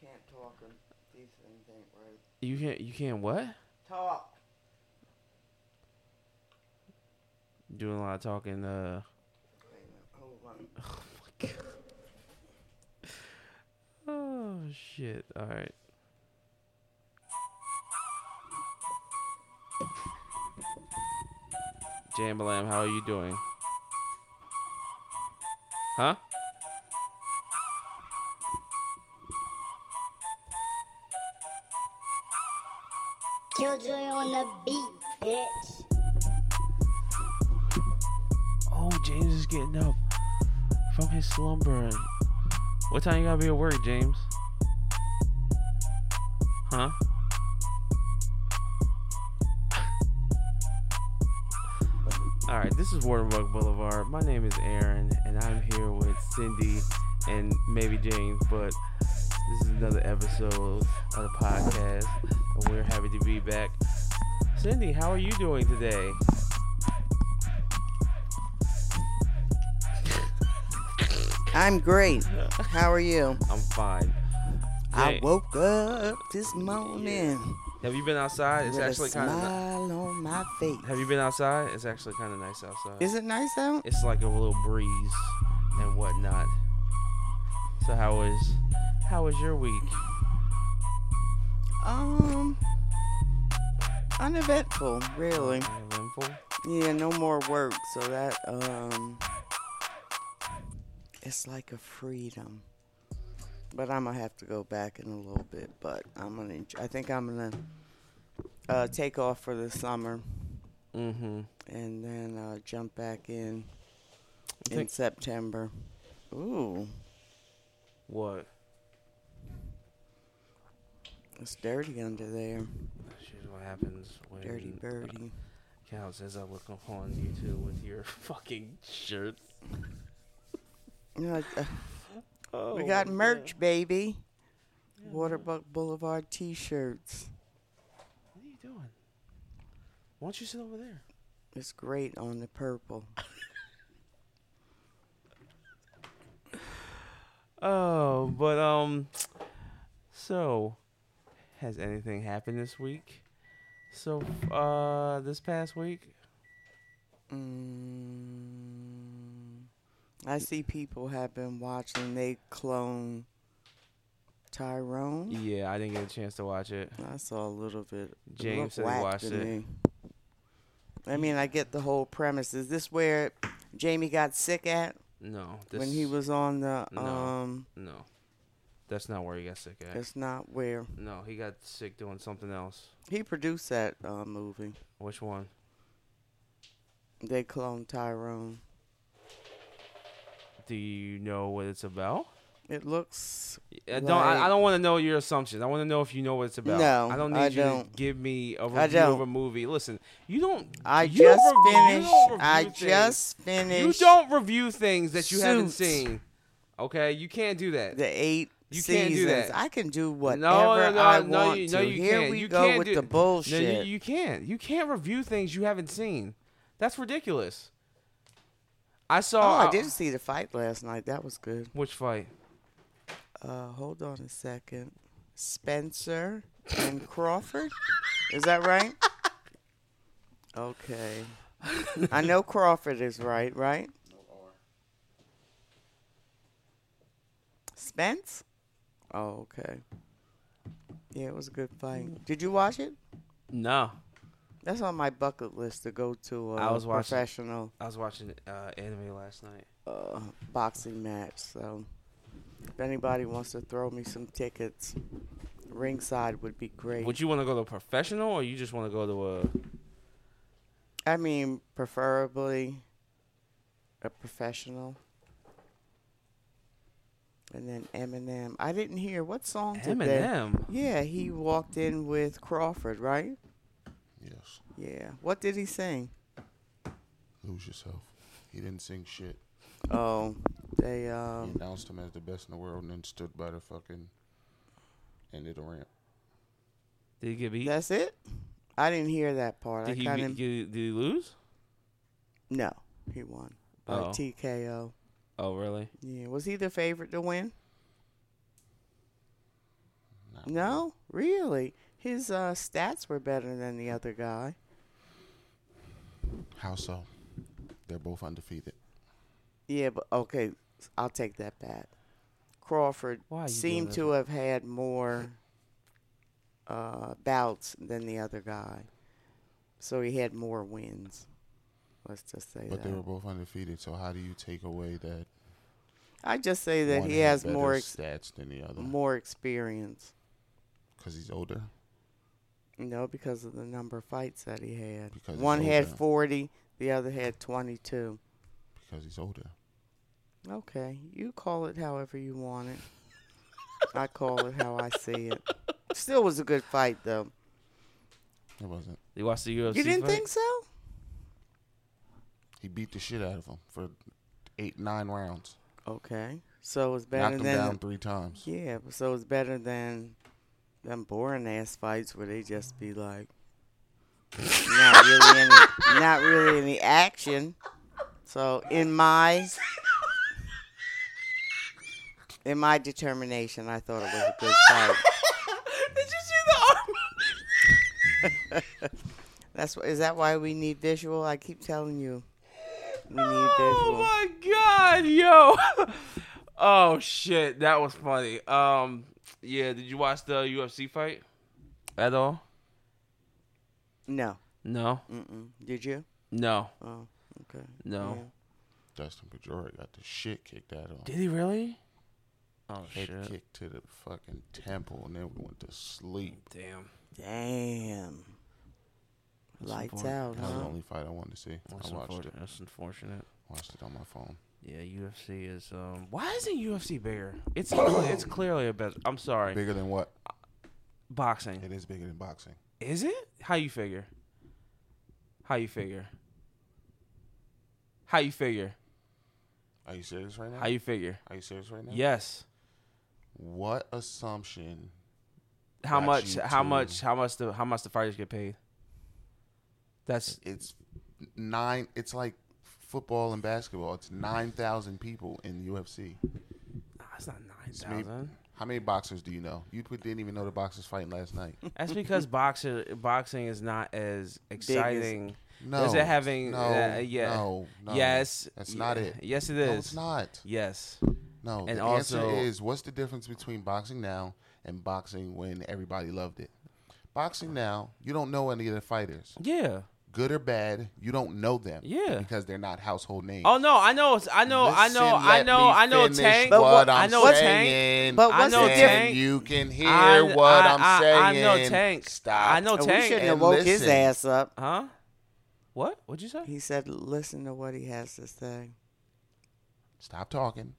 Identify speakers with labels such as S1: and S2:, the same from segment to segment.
S1: can't talk or these things ain't right.
S2: You can't. You can't what?
S1: Talk.
S2: Doing a lot of talking. Uh.
S1: Wait a minute, hold on.
S2: Oh shit! All right. Jambalam, how are you doing? Huh?
S3: Killjoy on the beat, bitch.
S2: Oh, James is getting up from his slumber. What time you gotta be at work, James? Huh? Alright, this is Waterbug Boulevard. My name is Aaron, and I'm here with Cindy and maybe James, but this is another episode of the podcast, and we're happy to be back. Cindy, how are you doing today?
S1: I'm great. How are you?
S2: I'm fine.
S1: I
S2: Jay,
S1: woke up this morning
S2: Have you been outside? It's
S1: with a
S2: actually kind of.
S1: smile on my face.
S2: Have you been outside? It's actually kind of nice outside.
S1: Is it nice out?
S2: it's like a little breeze and whatnot. So how was how was your week?
S1: Um, uneventful, really.
S2: Eventful?
S1: Yeah, no more work, so that um, it's like a freedom. But I'm gonna have to go back in a little bit. But I'm gonna. enj- I think I'm gonna uh, take off for the summer
S2: Mm-hmm.
S1: and then uh, jump back in
S2: I
S1: in
S2: think-
S1: September. Ooh,
S2: What?
S1: it's dirty under there.
S2: Here's what happens when
S1: Dirty birdie.
S2: Cal says I look upon you two with your fucking shirts.
S1: You know, uh,
S2: Oh,
S1: we got
S2: my
S1: merch, baby. Waterbuck Boulevard T-shirts.
S2: God. What are you doing? Why don't you sit over there?
S1: It's great on the purple.
S2: Oh, but um, so has anything happened this week? So uh, this past week,
S1: Mm, I see people have been watching. They clone Tyrone.
S2: yeah, I didn't get a chance to watch it.
S1: I saw a little bit. It
S2: James
S1: looked
S2: said he
S1: whack
S2: watched
S1: to
S2: it.
S1: me. I mean, I get the whole premise. Is this where Jamie got sick at
S2: No, this,
S1: when he was on the?
S2: No.
S1: Um,
S2: no, that's not where he got sick at.
S1: that's not where
S2: No, he got sick doing something else.
S1: he produced that uh, movie.
S2: Which one?
S1: They cloned Tyrone.
S2: Do you know what it's about?
S1: It looks
S2: I don't. I, I
S1: Like-
S2: don't want to know your assumptions. I want to know if you know what it's about.
S1: No,
S2: I don't need
S1: I
S2: you
S1: don't.
S2: to give me a
S1: I
S2: review of
S1: don't.
S2: a movie. Listen, you don't.
S1: I
S2: you don't
S1: just
S2: rev- you
S1: finished.
S2: don't
S1: I
S2: review things.
S1: just
S2: You
S1: finished.
S2: don't review things that you haven't
S1: Suits.
S2: seen. Okay, you can't do that.
S1: the eight
S2: You
S1: seasons.
S2: can't do that.
S1: I can do whatever
S2: no, no, no,
S1: I
S2: no,
S1: want
S2: you, no,
S1: to.
S2: you
S1: Here
S2: can't.
S1: we
S2: you
S1: go
S2: can't
S1: with
S2: do,
S1: the bullshit.
S2: No, you, you can't. You can't review things you haven't seen. That's ridiculous. I
S1: oh,
S2: saw.
S1: I did see the fight last night. That was good.
S2: Which fight?
S1: Uh, hold on a second. Spencer and Crawford. Is that right? Okay. I know Crawford is right, right? Spence? Oh, okay. Yeah, it was a good fight. Did you watch it?
S2: No,
S1: That's on my bucket list to go to a
S2: I was watching-
S1: professional
S2: I was watching uh, anime last night.
S1: uh, boxing match. So if anybody wants to throw me some tickets, ringside would be great.
S2: Would you want to go to professional or you just want to go to a?
S1: I mean, preferably a professional. And then Eminem. I didn't hear what song today.
S2: Eminem.
S1: Yeah, he walked in with Crawford, right?
S4: Yes.
S1: Yeah. What did he sing?
S4: Lose yourself. He didn't sing shit.
S1: Oh, they
S4: He
S1: um.
S4: announced him as the best in the world and then stood by the fucking and did a rant.
S2: Did he get beat?
S1: That's it. I didn't hear that part.
S2: did
S1: I
S2: he
S1: kind
S2: be-
S1: of
S2: get- did he lose?
S1: No, he won by
S2: Oh.
S1: TKO.
S2: Oh really?
S1: Yeah, was he the favorite to win?
S4: Not really.
S1: No, really. His uh, stats were better than the other guy.
S4: How so? They're both undefeated.
S1: Yeah, but okay, I'll take that back. Crawford
S2: Why are you doing
S1: seemed
S2: that?
S1: to have had more uh, bouts than the other guy, so he had more wins. Let's just say
S4: But
S1: that.
S4: they were both undefeated. So how do you take away that
S1: I just say that
S4: one
S1: he
S4: had
S1: has
S4: better
S1: more ex-
S4: stats than the other?
S1: more experience.
S4: Because he's older.
S1: No, because of the number of fights that he had.
S4: Because it's
S1: One had
S4: older.
S1: forty, the other had twenty-two.
S4: Because he's older.
S1: Okay, you call it however you want it. I call it how I see it. Still was a good fight though.
S4: It wasn't.
S2: You watched the UFC
S1: you didn't
S2: fight?
S1: think so?
S4: He beat the shit out of him for eight, nine rounds.
S1: Okay, so it's better
S4: Knocked him
S1: than
S4: down three times.
S1: yeah. So it's better than them boring ass fights where they just be like, not really any, not really any action. So in my in my determination, I thought it was a good fight.
S5: Did you see the arm?
S1: That's wh- is that why we need visual? I keep telling you, we need visual.
S2: Oh my god, yo. oh shit, that was funny. Um yeah, did you watch the UFC fight? At all?
S1: No,
S2: No.
S1: Mm-mm. did you?
S2: No.
S1: Oh, okay.
S2: No.
S4: Dustin Pedroia got the shit kicked out of him.
S2: Did he really? Oh
S4: Head
S2: shit.
S4: kicked to the fucking temple and then went to sleep.
S2: Damn.
S1: Damn.
S2: That's
S1: Lights
S2: unfortunate.
S1: out,
S4: That was the
S1: huh?
S4: only fight I wanted to see.
S2: That's
S4: I watched it.
S2: unfortunate. That's unfortunate.
S4: Watched it on my phone.
S2: Yeah, UFC is um why isn't UFC bigger? It's it's clearly a better I'm sorry.
S4: Bigger than what?
S2: Boxing.
S4: It is bigger than boxing.
S2: Is it? How you figure? How you figure? How you figure?
S4: Are you serious right now?
S2: How you figure?
S4: Are you serious right now?
S2: Yes.
S4: What assumption?
S2: How
S4: Got
S2: much?
S4: you
S2: How
S4: too.
S2: much? How much? The how much the fighters get paid? That's
S4: It's nine. It's like football and basketball. It's nine thousand people in the UFC.
S2: nah, it's not nine
S4: It's maybe-
S2: thousand.
S4: How many boxers do you know? You put- didn't even know the boxers fighting last night.
S2: That's because boxer boxing is not as exciting.
S4: No.
S2: Is it having?
S4: No.
S2: uh, yeah.
S4: No. no.
S2: Yes.
S4: That's not
S2: Yeah.
S4: it.
S2: Yes, it is.
S4: No, it's not.
S2: Yes.
S4: No.
S2: And
S4: the
S2: also-
S4: answer is what's the difference between boxing now and boxing when everybody loved it? Boxing now, you don't know any of the fighters,
S2: Yeah.
S4: good or bad. You don't know them,
S2: Yeah.
S4: because they're not household names.
S2: Oh no! I know. it's- I know. I know.
S4: Listen,
S2: I
S4: let
S2: know.
S4: me
S2: I know.
S4: finish
S2: Tank.
S1: But
S4: What
S1: what-
S4: I'm
S2: I know Tank.
S4: saying.
S1: But
S2: I know
S1: what's
S4: and
S2: Tank.
S4: you can hear
S2: I-
S4: what
S2: I-
S4: am
S2: I- I
S4: saying.
S2: know Tank.
S4: Stop.
S2: I know
S1: Oh, we
S2: Tank.
S1: shouldn't
S4: and
S1: have woke his
S4: listen.
S1: ass up.
S2: Huh? What? What'd you say?
S1: He said, "Listen to what he has to say."
S4: Stop talking.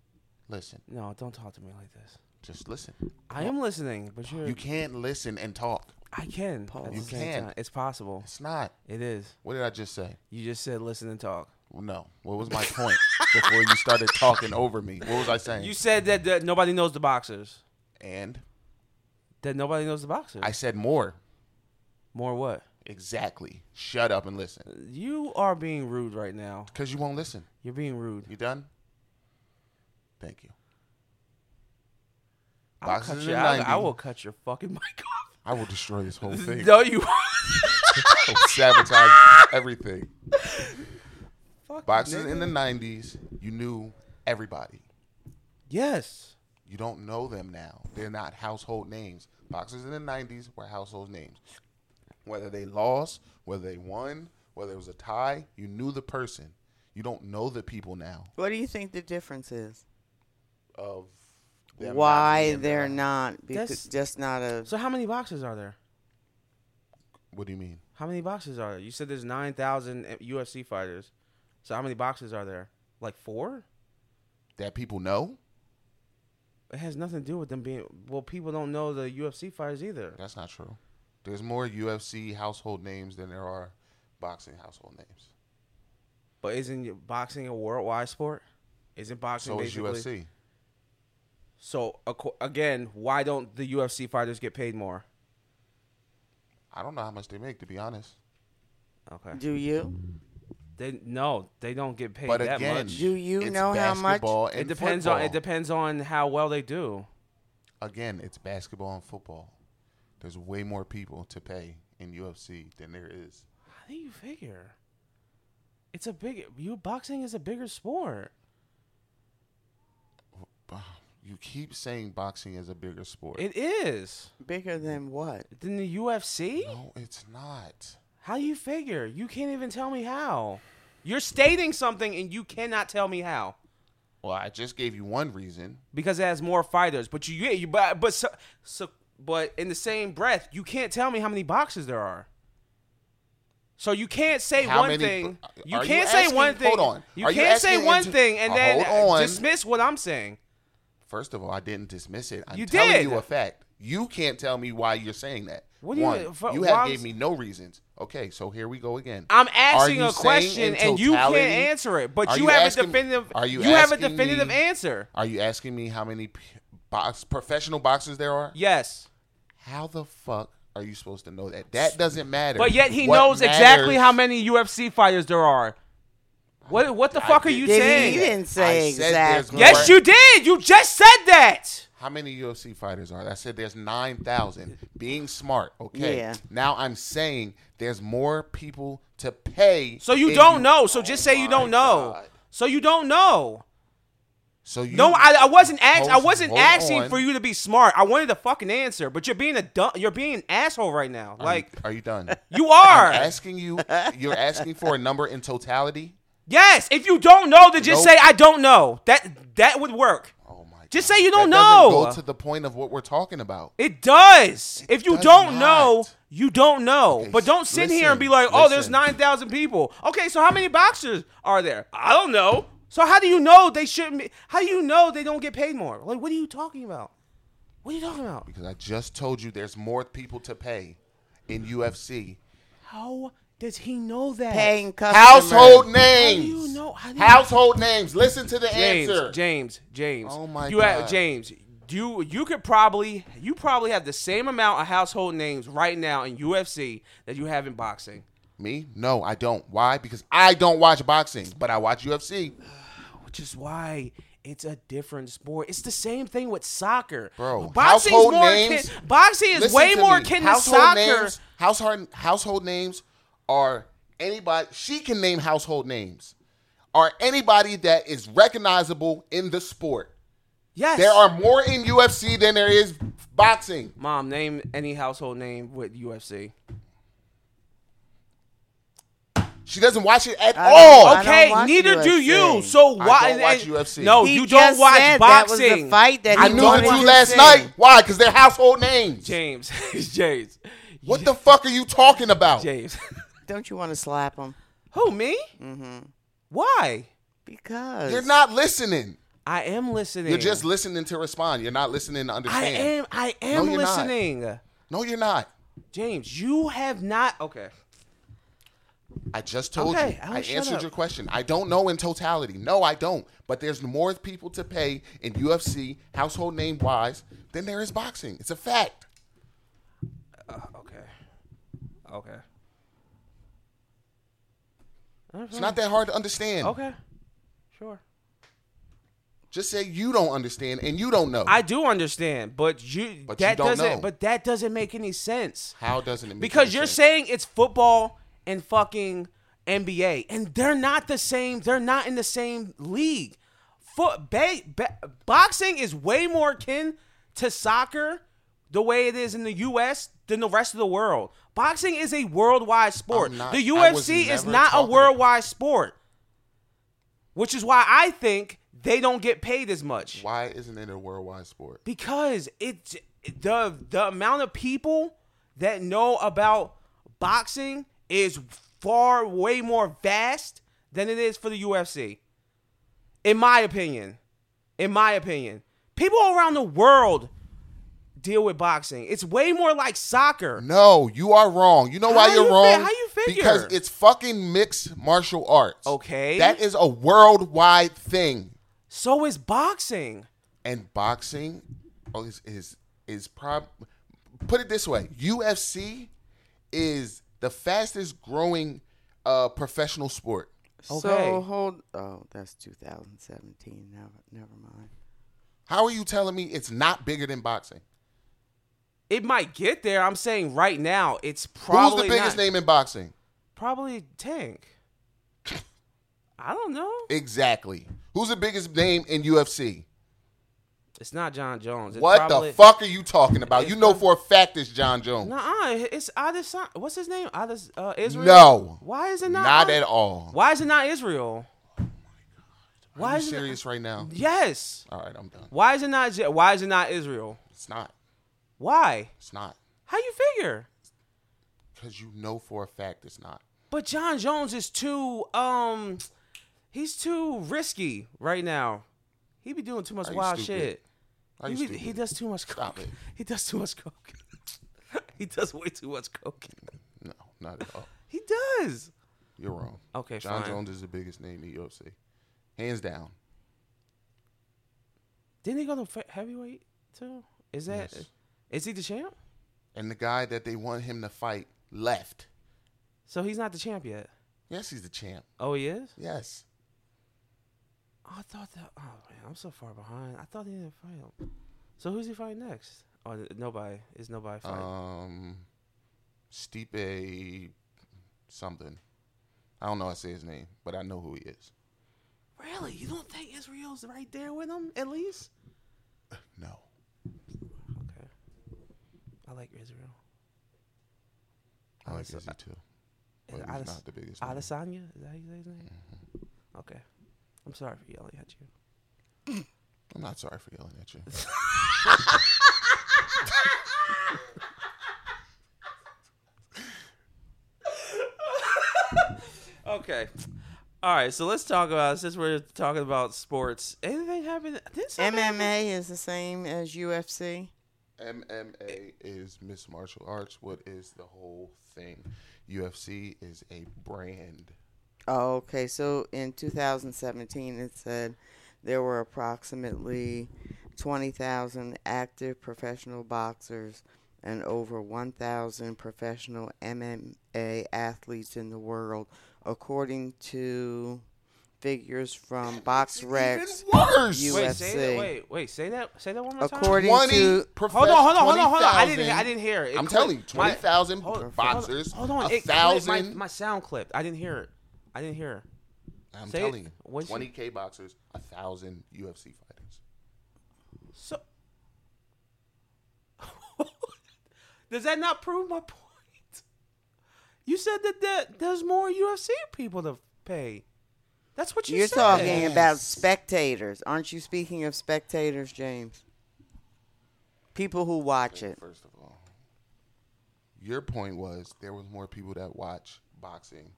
S4: Listen.
S2: No, don't talk to me like this.
S4: Just listen.
S2: I am listening, but you're.
S4: You can't listen and talk.
S2: I can.
S1: Pause.
S2: at the
S1: You
S2: same
S4: can.
S2: time. It's possible.
S4: It's not.
S2: It is.
S4: What did I just say?
S2: You just said listen and talk.
S4: No. What was my point before you started talking over me? What was I saying?
S2: You said that, that nobody knows the boxers.
S4: and
S2: That nobody knows the boxers.
S4: I said more.
S2: More what?
S4: Exactly. Shut up and listen.
S2: You are being rude right now.
S4: Because you won't listen.
S2: You're being rude.
S4: You done? Thank you.
S2: I'll
S4: Boxing
S2: cut
S4: in
S2: your-
S4: the
S2: I- I
S4: 90.
S2: will cut your fucking mic off.
S4: I will destroy this whole thing.
S2: No, you.
S4: I'll sabotage everything.
S2: Fuck,
S4: Boxing
S2: nigga.
S4: in the 90s, you knew everybody.
S2: Yes.
S4: You don't know them now. They're not household names. Boxers in the 90s were household names. Whether they lost, whether they won, whether it was a tie, you knew the person. You don't know the people now
S1: What do you think the difference is?
S4: of them not
S1: Why
S4: being
S1: they're
S4: there.
S1: not? Because
S2: That's-
S1: just not a.
S2: So how many boxers are there?
S4: What do you mean?
S2: How many boxers are there? You said there's nine thousand eh, UFC fighters. So how many boxers are there? Like four?
S4: That people know?
S2: It has nothing to do with them being. Well, people don't know the UFC fighters either.
S4: That's not true. There's more UFC household names than there are boxing household names.
S2: But isn't y- boxing a worldwide sport? Isn't boxing
S4: So is
S2: basically?
S4: UFC.
S2: So aco- again, why don't the UFC fighters get paid more?
S4: I don't know how much they make, to be honest.
S2: Okay.
S1: Do you?
S2: They no, they don't get paid
S4: But
S2: that
S4: again,
S2: much.
S1: Do you
S4: it's
S1: know how much?
S4: basketball and
S2: It depends on it
S4: football.
S2: depends on how well they do.
S4: again, it's basketball and football. There's way more people to pay in UFC than there is.
S2: How do you figure? It's a big. You boxing is a bigger sport.
S4: You keep saying boxing is a bigger sport.
S2: It is.
S1: Bigger than what?
S2: Than the UFC?
S4: no, it's not.
S2: How do you figure? You can't even tell me how. You're stating something and you cannot tell me how
S4: Well, I just gave you one reason.
S2: because it has more fighters. But you, yeah, you, but but so, so, but in the same breath, you can't tell me how many boxes there are. So you can't say
S4: How
S2: one
S4: many-
S2: thing. You
S4: are you
S2: can't say
S4: asking-
S2: one thing.
S4: hold on.
S2: You
S4: Are you
S2: can't say
S4: asking
S2: one
S4: into-
S2: thing and
S4: uh,
S2: then
S4: hold on.
S2: dismiss what I'm saying.
S4: First of all, I didn't dismiss it. I'm
S2: You
S4: telling
S2: did.
S4: you a fact. You can't tell me why you're saying that.
S2: What do you-
S4: One,
S2: for-
S4: you
S2: why
S4: have
S2: I'm
S4: gave
S2: s-
S4: me no reasons. Okay, so here we go again.
S2: I'm
S4: Are
S2: asking
S4: you
S2: a
S4: saying
S2: question
S4: in
S2: and you can't
S4: totality-
S2: answer it. But
S4: Are
S2: you, have
S4: asking-
S2: a definitive.
S4: Are you?
S2: have a
S4: asking
S2: definitive
S4: me-
S2: answer.
S4: Are you asking me how many p- box professional boxers there are?
S2: Yes.
S4: How the fuck are you supposed to know that? That doesn't matter.
S2: But yet he
S4: What
S2: knows exactly
S4: matters-
S2: how many UFC fighters there are. What what the fuck are
S4: did-
S2: you
S4: Did
S1: Did
S2: saying?
S1: he, he didn't say
S4: I said there's
S1: exactly.
S2: Yes, you did. You just said that.
S4: How many UFC fighters are? there? I said there's nine thousand. Being smart, okay.
S1: Yeah.
S4: Now I'm saying there's more people to pay.
S2: So you
S4: if
S2: don't know. So just
S4: Oh
S2: say you
S4: my
S2: don't know.
S4: God.
S2: So you don't know.
S4: So you
S2: No, I, I wasn't ax- I
S4: Hold-
S2: wasn't
S4: hold
S2: asking
S4: on.
S2: for you to be smart. I wanted a fucking answer, but you're being a dumb, you're being an asshole right now.
S4: Are you-
S2: Like
S4: are you done?
S2: you are.
S4: I'm asking you. You're asking for a number in totality.
S2: yes, if you don't know, then just
S4: Nope.
S2: say I don't know. That that would work.
S4: Oh my!
S2: Just
S4: God.
S2: say you don't
S4: That doesn't
S2: know.
S4: Go to the point of what we're talking about.
S2: It does. if you
S4: does
S2: don't know,
S4: not.
S2: you don't know.
S4: Okay,
S2: but don't
S4: s-
S2: sit here and be like,
S4: listen,
S2: "Oh, there's
S4: listen.
S2: 9,000 people." Okay, so how many boxers are there? I don't know. So how do you know they shouldn't be How do you know they don't get paid more? Like what are you talking about? What are you talking about?
S4: Because I just told you there's more people to pay in UFC.
S2: How does he know that?
S1: Paying customer.
S4: Household
S2: How do
S4: names.
S2: you know? How do you
S4: Household names. Listen to the
S2: James,
S4: answer.
S2: James, James.
S4: Oh my
S2: you Have,
S4: God.
S2: James, you you could probably you probably have the same amount of household names right now in UFC that you have in boxing.
S4: Me? No, I don't. Why? Because I don't watch boxing, but I watch UFC.
S2: which is why it's a different sport. It's the same thing with soccer,
S4: Bro,
S2: Boxing's
S4: household
S2: more
S4: names-
S2: akin, boxing is
S4: Listen
S2: way
S4: to
S2: more
S4: me.
S2: akin to soccer.
S4: Names, household household names are anybody. She can name household names. Are anybody that is recognizable in the sport.
S2: Yes,
S4: There are more in UFC than there is boxing.
S2: Mom, name any household name with UFC.
S4: She doesn't watch it at
S1: I
S4: all.
S1: don't- I
S2: Okay,
S1: watch
S2: neither do
S1: UFC.
S2: you. So
S4: I
S2: why?
S4: don't watch
S2: and-
S4: UFC.
S2: No,
S1: He
S2: you don't
S1: just
S2: watch
S1: said that was
S2: boxing.
S1: the fight that
S4: I
S1: he
S4: knew
S1: wanted
S4: it
S1: to
S4: too last
S1: see.
S4: night. Why? Because they're household names.
S2: James, James,
S4: What the fuck are you talking about?
S2: James?
S1: Don't you want to slap him?
S2: Who me? Mm-hmm. Why?
S1: Because
S4: You're not listening.
S2: I am listening.
S4: You're just listening to respond. You're not listening to
S2: I
S4: understand.
S2: am. I am
S4: you're not.
S2: listening.
S4: No, you're not.
S2: James, you have not. Okay.
S4: I just told
S2: Okay,
S4: you.
S2: Alan,
S4: I
S2: shut
S4: answered
S2: up.
S4: your question. I don't know in totality. No, I don't. But there's more people to pay in UFC household name wise than there is boxing. It's a fact.
S2: Okay. Okay.
S4: It's not that hard to understand.
S2: Okay. Sure.
S4: Just say you don't understand and you don't know.
S2: I do understand, but you
S4: But you
S2: that
S4: don't
S2: doesn't
S4: know.
S2: but that doesn't make any sense.
S4: How doesn't it make
S2: Because
S4: any
S2: you're
S4: sense?
S2: saying it's football and fucking NBA and they're not the same, they're not in the same league. Foot ba- ba- boxing is way more akin to soccer the way it is in the US than the rest of the world. Boxing is a worldwide sport.
S4: I'm not-
S2: the
S4: I was
S2: UFC is
S4: never
S2: not a
S4: talking-
S2: worldwide sport. Which is why I think they don't get paid as much.
S4: Why isn't it a worldwide sport?
S2: Because it's the the amount of people that know about boxing is far way more vast than it is for the UFC. In my opinion. In my opinion. People around the world deal with boxing. It's way more like soccer.
S4: No, you are wrong. You know why
S2: How
S4: you're
S2: you fi-
S4: wrong?
S2: how you figure?
S4: Because it's fucking mixed martial arts.
S2: Okay.
S4: That is a worldwide thing.
S2: So is boxing.
S4: and boxing is is is prob put it this way UFC is the fastest growing uh professional sport
S1: So
S2: Okay.
S1: hold. Oh, that's 2017. Never, never mind.
S4: How are you telling me it's not bigger than boxing?
S2: It might get there. I'm saying right now, it's probably
S4: Who's the biggest
S2: not.
S4: name in boxing?
S2: Probably Tank. I don't know.
S4: Exactly. Who's the biggest name in UFC?
S2: It's not John Jones. It's
S4: What
S2: probably,
S4: the fuck are you talking about? You know for a fact it's John Jones.
S2: Nah, it's Adesanya. What's his name? Ades, uh, Israel.
S4: No.
S2: Why is it not?
S4: Not
S2: Ade-
S4: at all. Oh
S2: Why is it not Israel? Why
S4: Are you
S2: is it?
S4: serious right now?
S2: Yes.
S4: All right, I'm done.
S2: Why is it not? Je- Why is it not Israel?
S4: It's not.
S2: Why?
S4: It's not.
S2: How you figure?
S4: Because you know for a fact it's not.
S2: But John Jones is too um, he's too risky right now. He be doing too much
S4: Are you
S2: wild
S4: stupid?
S2: shit.
S4: Are you
S2: He, be-
S4: stupid?
S2: he does too much
S4: Stop
S2: coke.
S4: it.
S2: He does too much coke. he does way too much coke.
S4: No, not at all.
S2: He does.
S4: You're wrong.
S2: Okay,
S4: John
S2: fine.
S4: Jones is the biggest name in UFC. Hands down.
S2: Didn't he go to fe- heavyweight too? Is that? Is
S4: Yes.
S2: he the champ?
S4: And the guy that they want him to fight left.
S2: So he's not the champ yet.
S4: Yes, he's the champ.
S2: Oh, he is.
S4: Yes.
S2: I thought that. Oh man, I'm so far behind. I thought he didn't fight him. So who's he fighting next? Oh, th- nobody. Is nobody fighting?
S4: Um, Stipe something. I don't know how to say his name, but I know who he is.
S2: really? You don't think Israel's right there with him at least?
S4: No.
S2: Okay. I like Israel.
S4: I like
S2: Ades-
S4: Izzy too.
S2: Is
S4: But
S2: it
S4: he's
S2: Ades-
S4: not the biggest. name.
S2: Adesanya? Is that how you say his name? Okay. I'm sorry for yelling at you.
S4: I'm not sorry for yelling at you.
S2: Okay. All right, so let's talk about since we're talking about sports. Anything happen? Did something happen-
S1: MMA is the same as UFC.
S4: MMA is Miss Martial Arts. What is the whole thing? UFC is a brand.
S1: Oh, okay. So in 2017, it said there were approximately 20,000 active professional boxers and over 1,000 professional MMA athletes in the world, according to figures from Box Recs.
S4: Worse.
S1: You-
S2: Wait, say that,
S1: UFC.
S2: wait, wait, say that. Say that one more time.
S1: According
S4: Twenty.
S1: to
S4: Profess-
S2: Hold on, hold on, hold on, hold on. I
S4: 20,000
S2: didn't, hear- I didn't hear it. It
S4: I'm
S2: clicked.
S4: telling you,
S2: My-
S4: twenty thousand
S2: hold- hold-
S4: boxers.
S2: Hold on,
S4: a
S2: it clicked. My-
S4: thousand.
S2: My sound clipped. I didn't hear it. I didn't hear it.
S4: I'm
S2: say it.
S4: telling you,
S2: What's your-
S4: twenty k boxers, a thousand UFC fighters.
S2: So, does that not prove my point? You said that there, there's more UFC people to pay. That's what you
S1: You're
S2: said.
S1: talking about spectators. Aren't you speaking of spectators, James? People who watch it.
S4: First of all, your point was there was more people that watch boxing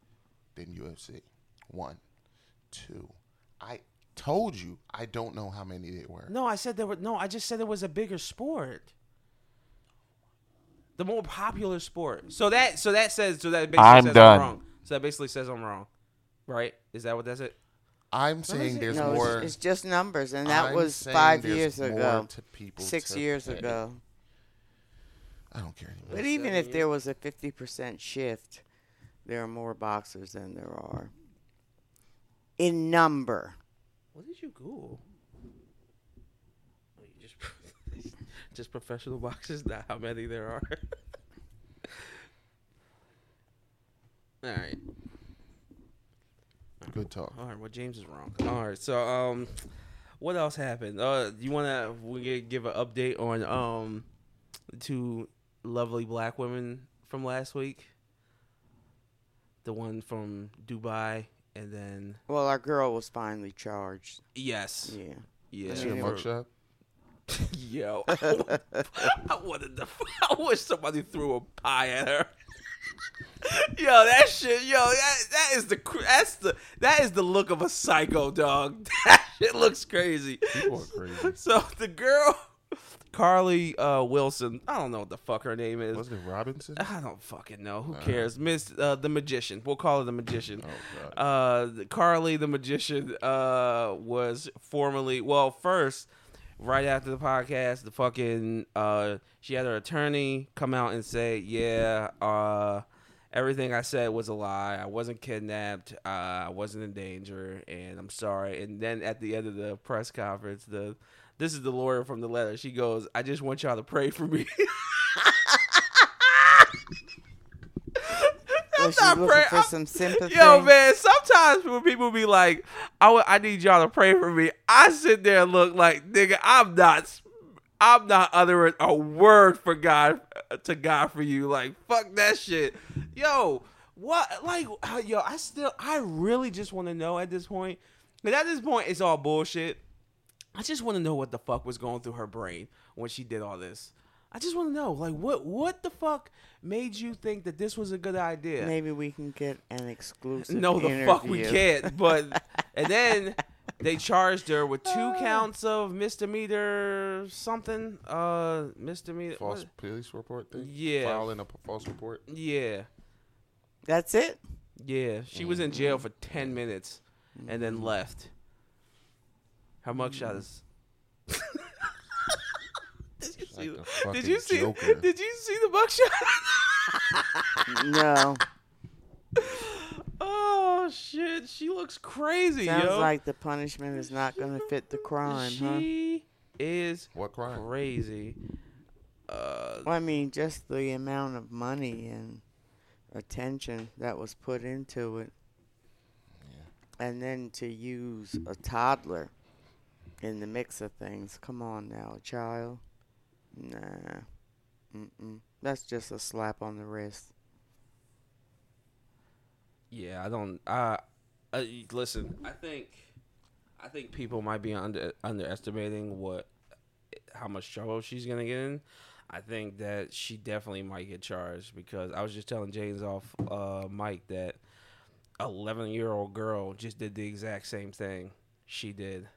S4: than UFC. One, two. I told you I don't know how many there were.
S2: No, I said there were. No, I just said it was a bigger sport. The more popular sport. So that so that says so that basically
S4: I'm
S2: says
S4: done.
S2: I'm wrong. So that basically says I'm wrong. Right? Is that what that's it?
S4: I'm saying
S2: it?
S4: there's
S1: no,
S4: more.
S1: it's, it's just numbers, and that
S4: I'm
S1: was
S4: saying
S1: five
S4: there's
S1: years
S4: more
S1: ago,
S4: to people
S1: six
S4: to
S1: years
S4: pay.
S1: ago.
S4: I don't care anymore.
S1: But even if there was a fifty percent shift, there are more boxers than there are in number.
S2: What did you Google? Oh, you just just professional boxes. Not how many there are. All right.
S4: Good talk.
S2: All right, well James is wrong. All right, so um, what else happened? Uh, you wanna we gi- give an update on um, the two lovely black women from last week, the one from Dubai, and then
S1: Well, our girl was finally charged.
S2: yes,
S1: Yeah,
S2: yeah,
S4: See the
S1: Yeah.
S4: mugshot?
S2: yo, I wanted to, I wish somebody threw a pie at her. Yo, that shit, yo, that, that is the cr- that's the that is the look of a psycho dog. That shit looks crazy.
S4: People are crazy.
S2: So the girl, Carly uh, Wilson, I don't know what the fuck her name is.
S4: Was it Robinson? Oh,
S2: I don't fucking know. Who cares? Miss uh, the magician. We'll call her the magician.
S4: Oh,
S2: Uh, Carly the magician uh, was formerly well. First, right after the podcast, the fucking uh, she had her attorney come out and say, "Yeah, uh, everything I said was a lie. I wasn't kidnapped. Uh, I wasn't in danger, and I'm sorry." And then at the end of the press conference, the the This is the lawyer from the letter. She goes, I just want y'all to pray for me.
S1: Well,
S2: I'm
S1: she's
S2: not
S1: looking
S2: praying.
S1: for
S2: I'm-
S1: some sympathy.
S2: Yo, man, sometimes when people be like, I wa- I need y'all to pray for me, I sit there and look like, nigga, I'm not, I'm not uttering a word for God, uh, to God for you. Like, fuck that shit. Yo, what, like, uh, yo, I still, I really just want to know at this point, because at this point, it's all bullshit. I just want to know what the fuck was going through her brain when she did all this. I just want to know, like, what, what the fuck made you think that this was a good idea?
S1: Maybe we can get an exclusive.
S2: No, the fuck we
S1: interview.
S2: can't. But and then they charged her with
S1: Uh.
S2: two counts of misdemeanor something. Uh, misdemeanor.
S4: False
S2: what?
S4: police report thing.
S2: Yeah.
S4: Filing a p- false report.
S2: Yeah,
S1: That's it.
S2: yeah. She was in jail for
S1: Mm-hmm.
S2: ten minutes and then left. Her mugshot is. did you see?
S4: Like a
S2: the- did
S4: fucking
S2: you see?
S4: Joker.
S2: Did you see the mugshot?
S1: No,
S2: oh shit! She looks crazy,
S1: sounds
S2: yo.
S1: like the punishment is not going to fit the crime, huh?
S2: she is
S4: What crime?
S2: crazy. Uh,
S1: Well, I mean, just the amount of money and attention that was put into it, and then to use a toddler in the mix of things. Come on now, child. Nah, Mm-mm. that's just a slap on the wrist.
S2: yeah, I don't. I, I listen. I think, I think people might be under underestimating what, how much trouble she's gonna get in. I think that she definitely might get charged because I was just telling James off uh, Mike that eleven year old girl just did the exact same thing she did,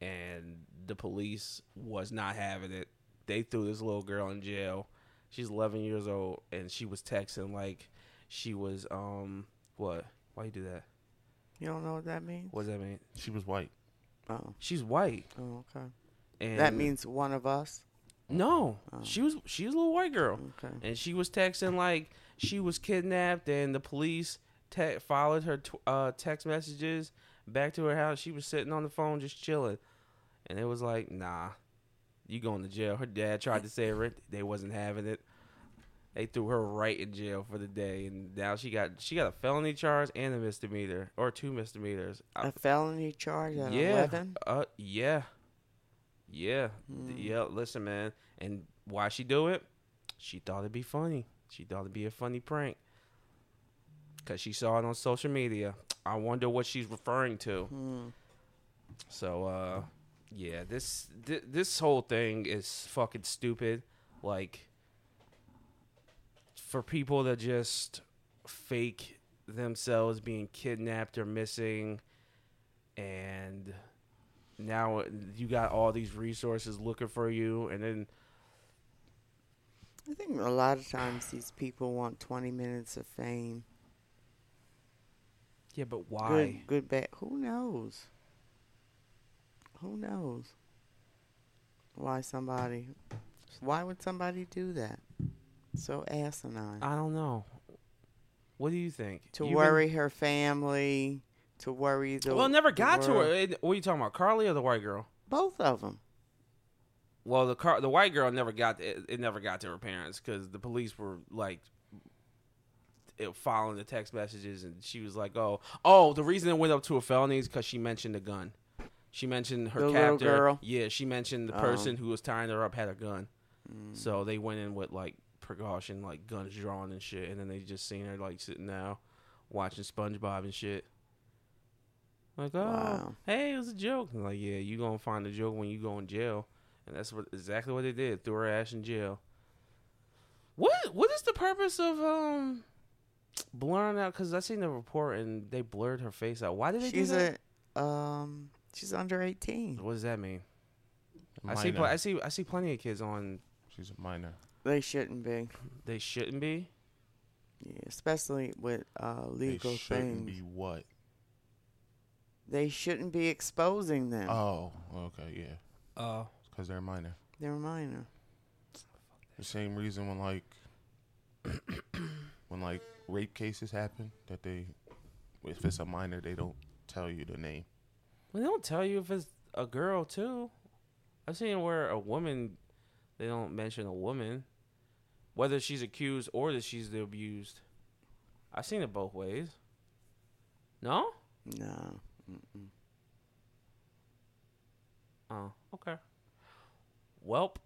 S2: and the police was not having it. They threw this little girl in jail. She's eleven years old, and she was texting like she was um what? Why you do that?
S1: You don't know what that means?
S2: What does that mean?
S4: She was white.
S1: Oh,
S2: She's white,
S1: oh okay.
S2: and
S1: That means Oh. one of us.
S2: no. She was she was a little white girl,
S1: Okay.
S2: and she was texting like she was kidnapped, and the police te- followed her tw- uh, text messages back to her house. She was sitting on the phone just chilling, and it was like, nah, you going to jail. Her dad tried to save her, they wasn't having it. They threw her right in jail for the day, and now she got she got a felony charge and a misdemeanor or two misdemeanors. I-
S1: A felony charge at
S2: Uh, yeah.
S1: 11?
S2: Uh, yeah. Yeah. D- Yeah. Listen, man. And why she do it? She thought it'd be funny. She thought it'd be a funny prank. Cause she saw it on social media. I wonder what she's referring to. So, uh, yeah, this th- this whole thing is fucking stupid. Like, for people that just fake themselves being kidnapped or missing, and now uh, you got all these resources looking for you, and then
S1: I think a lot of times these people want 20 minutes of fame.
S2: yeah, but why?
S1: Good, good, bad. Who knows? Who knows why somebody, why would somebody do that? So asinine.
S2: I don't know. What do you think?
S1: to
S2: You've been-
S1: worry her family, to worry the.
S2: well, it never got
S1: the
S2: to her.
S1: world.
S2: It- what are you talking about, Carly or the white girl?
S1: Both of them.
S2: Well, the car, the white girl never got to, it, it. Never got to her parents because the police were like it, following the text messages, and she was like, "Oh, oh, the reason it went up to a felony is because she mentioned the gun. She mentioned her
S1: The little
S2: captor.
S1: girl?
S2: Yeah, she mentioned the
S1: Oh. Mm.
S2: person who was tying her up had a gun, so they went in with like precaution, like guns drawn and shit, and then they just seen her like sitting now watching SpongeBob and shit." Like, oh,
S1: Wow.
S2: hey, it was a joke. And like, yeah, you gonna find a joke when you go in jail, and that's what exactly what they did. Threw her ass in jail. What What is the purpose of um blurring out? Because I seen the report and they blurred her face out. Why did they
S1: She's
S2: do that?
S1: a, um, she's under 18.
S2: what does that mean? I see. Pl- I see. I see plenty of kids on.
S4: She's a minor.
S1: They shouldn't be.
S2: They shouldn't be.
S1: Yeah, especially with uh, legal
S4: they shouldn't
S1: things.
S4: be what?
S1: They shouldn't be exposing them.
S2: Uh,
S4: Oh, okay, yeah.
S2: Oh,
S4: Because they're minor.
S1: They're minor.
S4: The same reason when like when like rape cases happen that they if it's a minor they don't tell you the name.
S2: well, they don't tell you if it's a girl too. I've seen where a woman, they don't mention a woman, whether she's accused or that she's the abused. I've seen it both ways. No?
S1: No. Mm-mm.
S2: Oh, okay. Welp.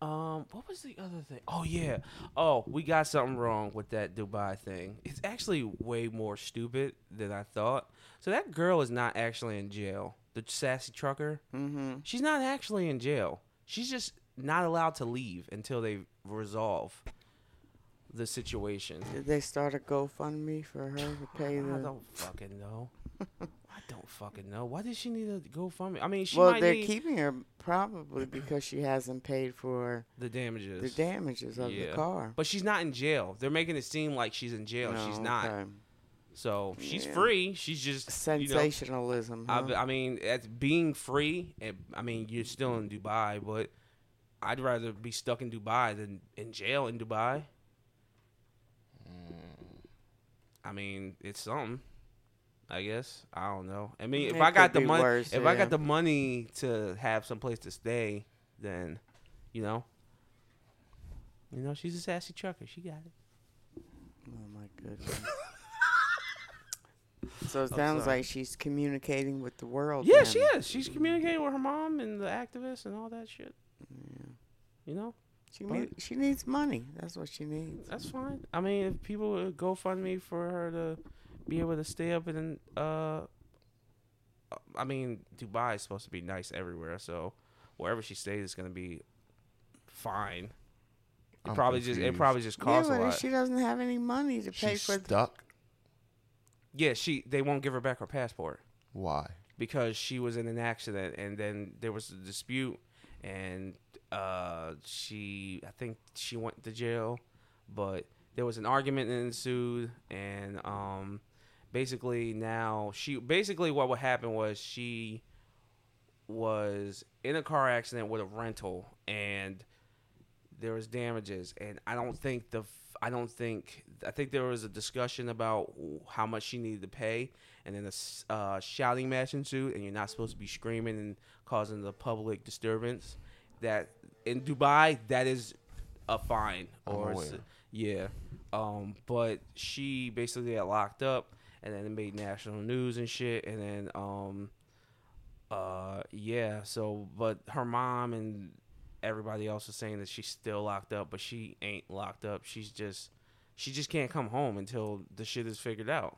S2: Um, what was the other thing? Oh yeah. Oh, we got something wrong with that Dubai thing. It's actually way more stupid than I thought. So that girl is not actually in jail. The sassy trucker.
S1: Mm-hmm.
S2: She's not actually in jail. She's just not allowed to leave until they resolve the situation.
S1: Did they start a GoFundMe for her to pay
S2: I
S1: the?
S2: don't fucking know. I don't fucking know. Why did she need to go fund me? I mean, she
S1: Well,
S2: might
S1: they're
S2: need
S1: keeping her probably because she hasn't paid for
S2: the damages.
S1: the damages of
S2: Yeah.
S1: the car.
S2: But she's not in jail. They're making it seem like she's in jail. she's
S1: No,
S2: not.
S1: okay.
S2: So she's
S1: Yeah.
S2: free. She's just sensational.
S1: Sensationalism. huh?
S2: I, I mean, that's being free. And, I mean, you're still in Dubai, but I'd rather be stuck in Dubai than in jail in Dubai.
S1: Mm.
S2: I mean, it's something. I guess I don't know. I mean, if
S1: It
S2: I got
S1: could
S2: the
S1: be
S2: money,
S1: worse,
S2: if I
S1: yeah.
S2: got the money to have some place to stay, then, you know, you know, she's a sassy trucker. She got it.
S1: Oh my goodness. so it sounds
S2: sorry.
S1: like she's communicating with the world.
S2: Yeah,
S1: then.
S2: she is. She's communicating with her mom and the activists and all that shit. You know,
S1: She, me- she needs money. That's what she needs.
S2: that's fine. I mean, if people would GoFundMe for her to be able to stay up in, uh, I mean, Dubai is supposed to be nice everywhere, so wherever she stays is gonna be fine. It
S4: I'm
S2: probably just it
S4: confused.
S2: probably just costs
S1: yeah,
S2: a
S1: but
S2: lot.
S1: if she doesn't have any money to pay
S4: She's
S1: for. th-
S4: stuck.
S2: yeah, she they won't give her back her passport.
S4: Why?
S2: because she was in an accident and then there was a dispute and uh she I think she went to jail but there was an argument that ensued and um basically now she basically what would happen was she was in a car accident with a rental and there was damages and i don't think the f- i don't think i think there was a discussion about how much she needed to pay and then a s- uh, shouting match ensued and you're not supposed to be screaming and causing the public disturbance that in dubai that is a fine
S4: I'm
S2: or s-
S4: aware.
S2: yeah um but she basically got locked up and then it made national news and shit and then um uh yeah so but her mom and everybody else is saying that she's still locked up but she ain't locked up she's just she just can't come home until the shit is figured out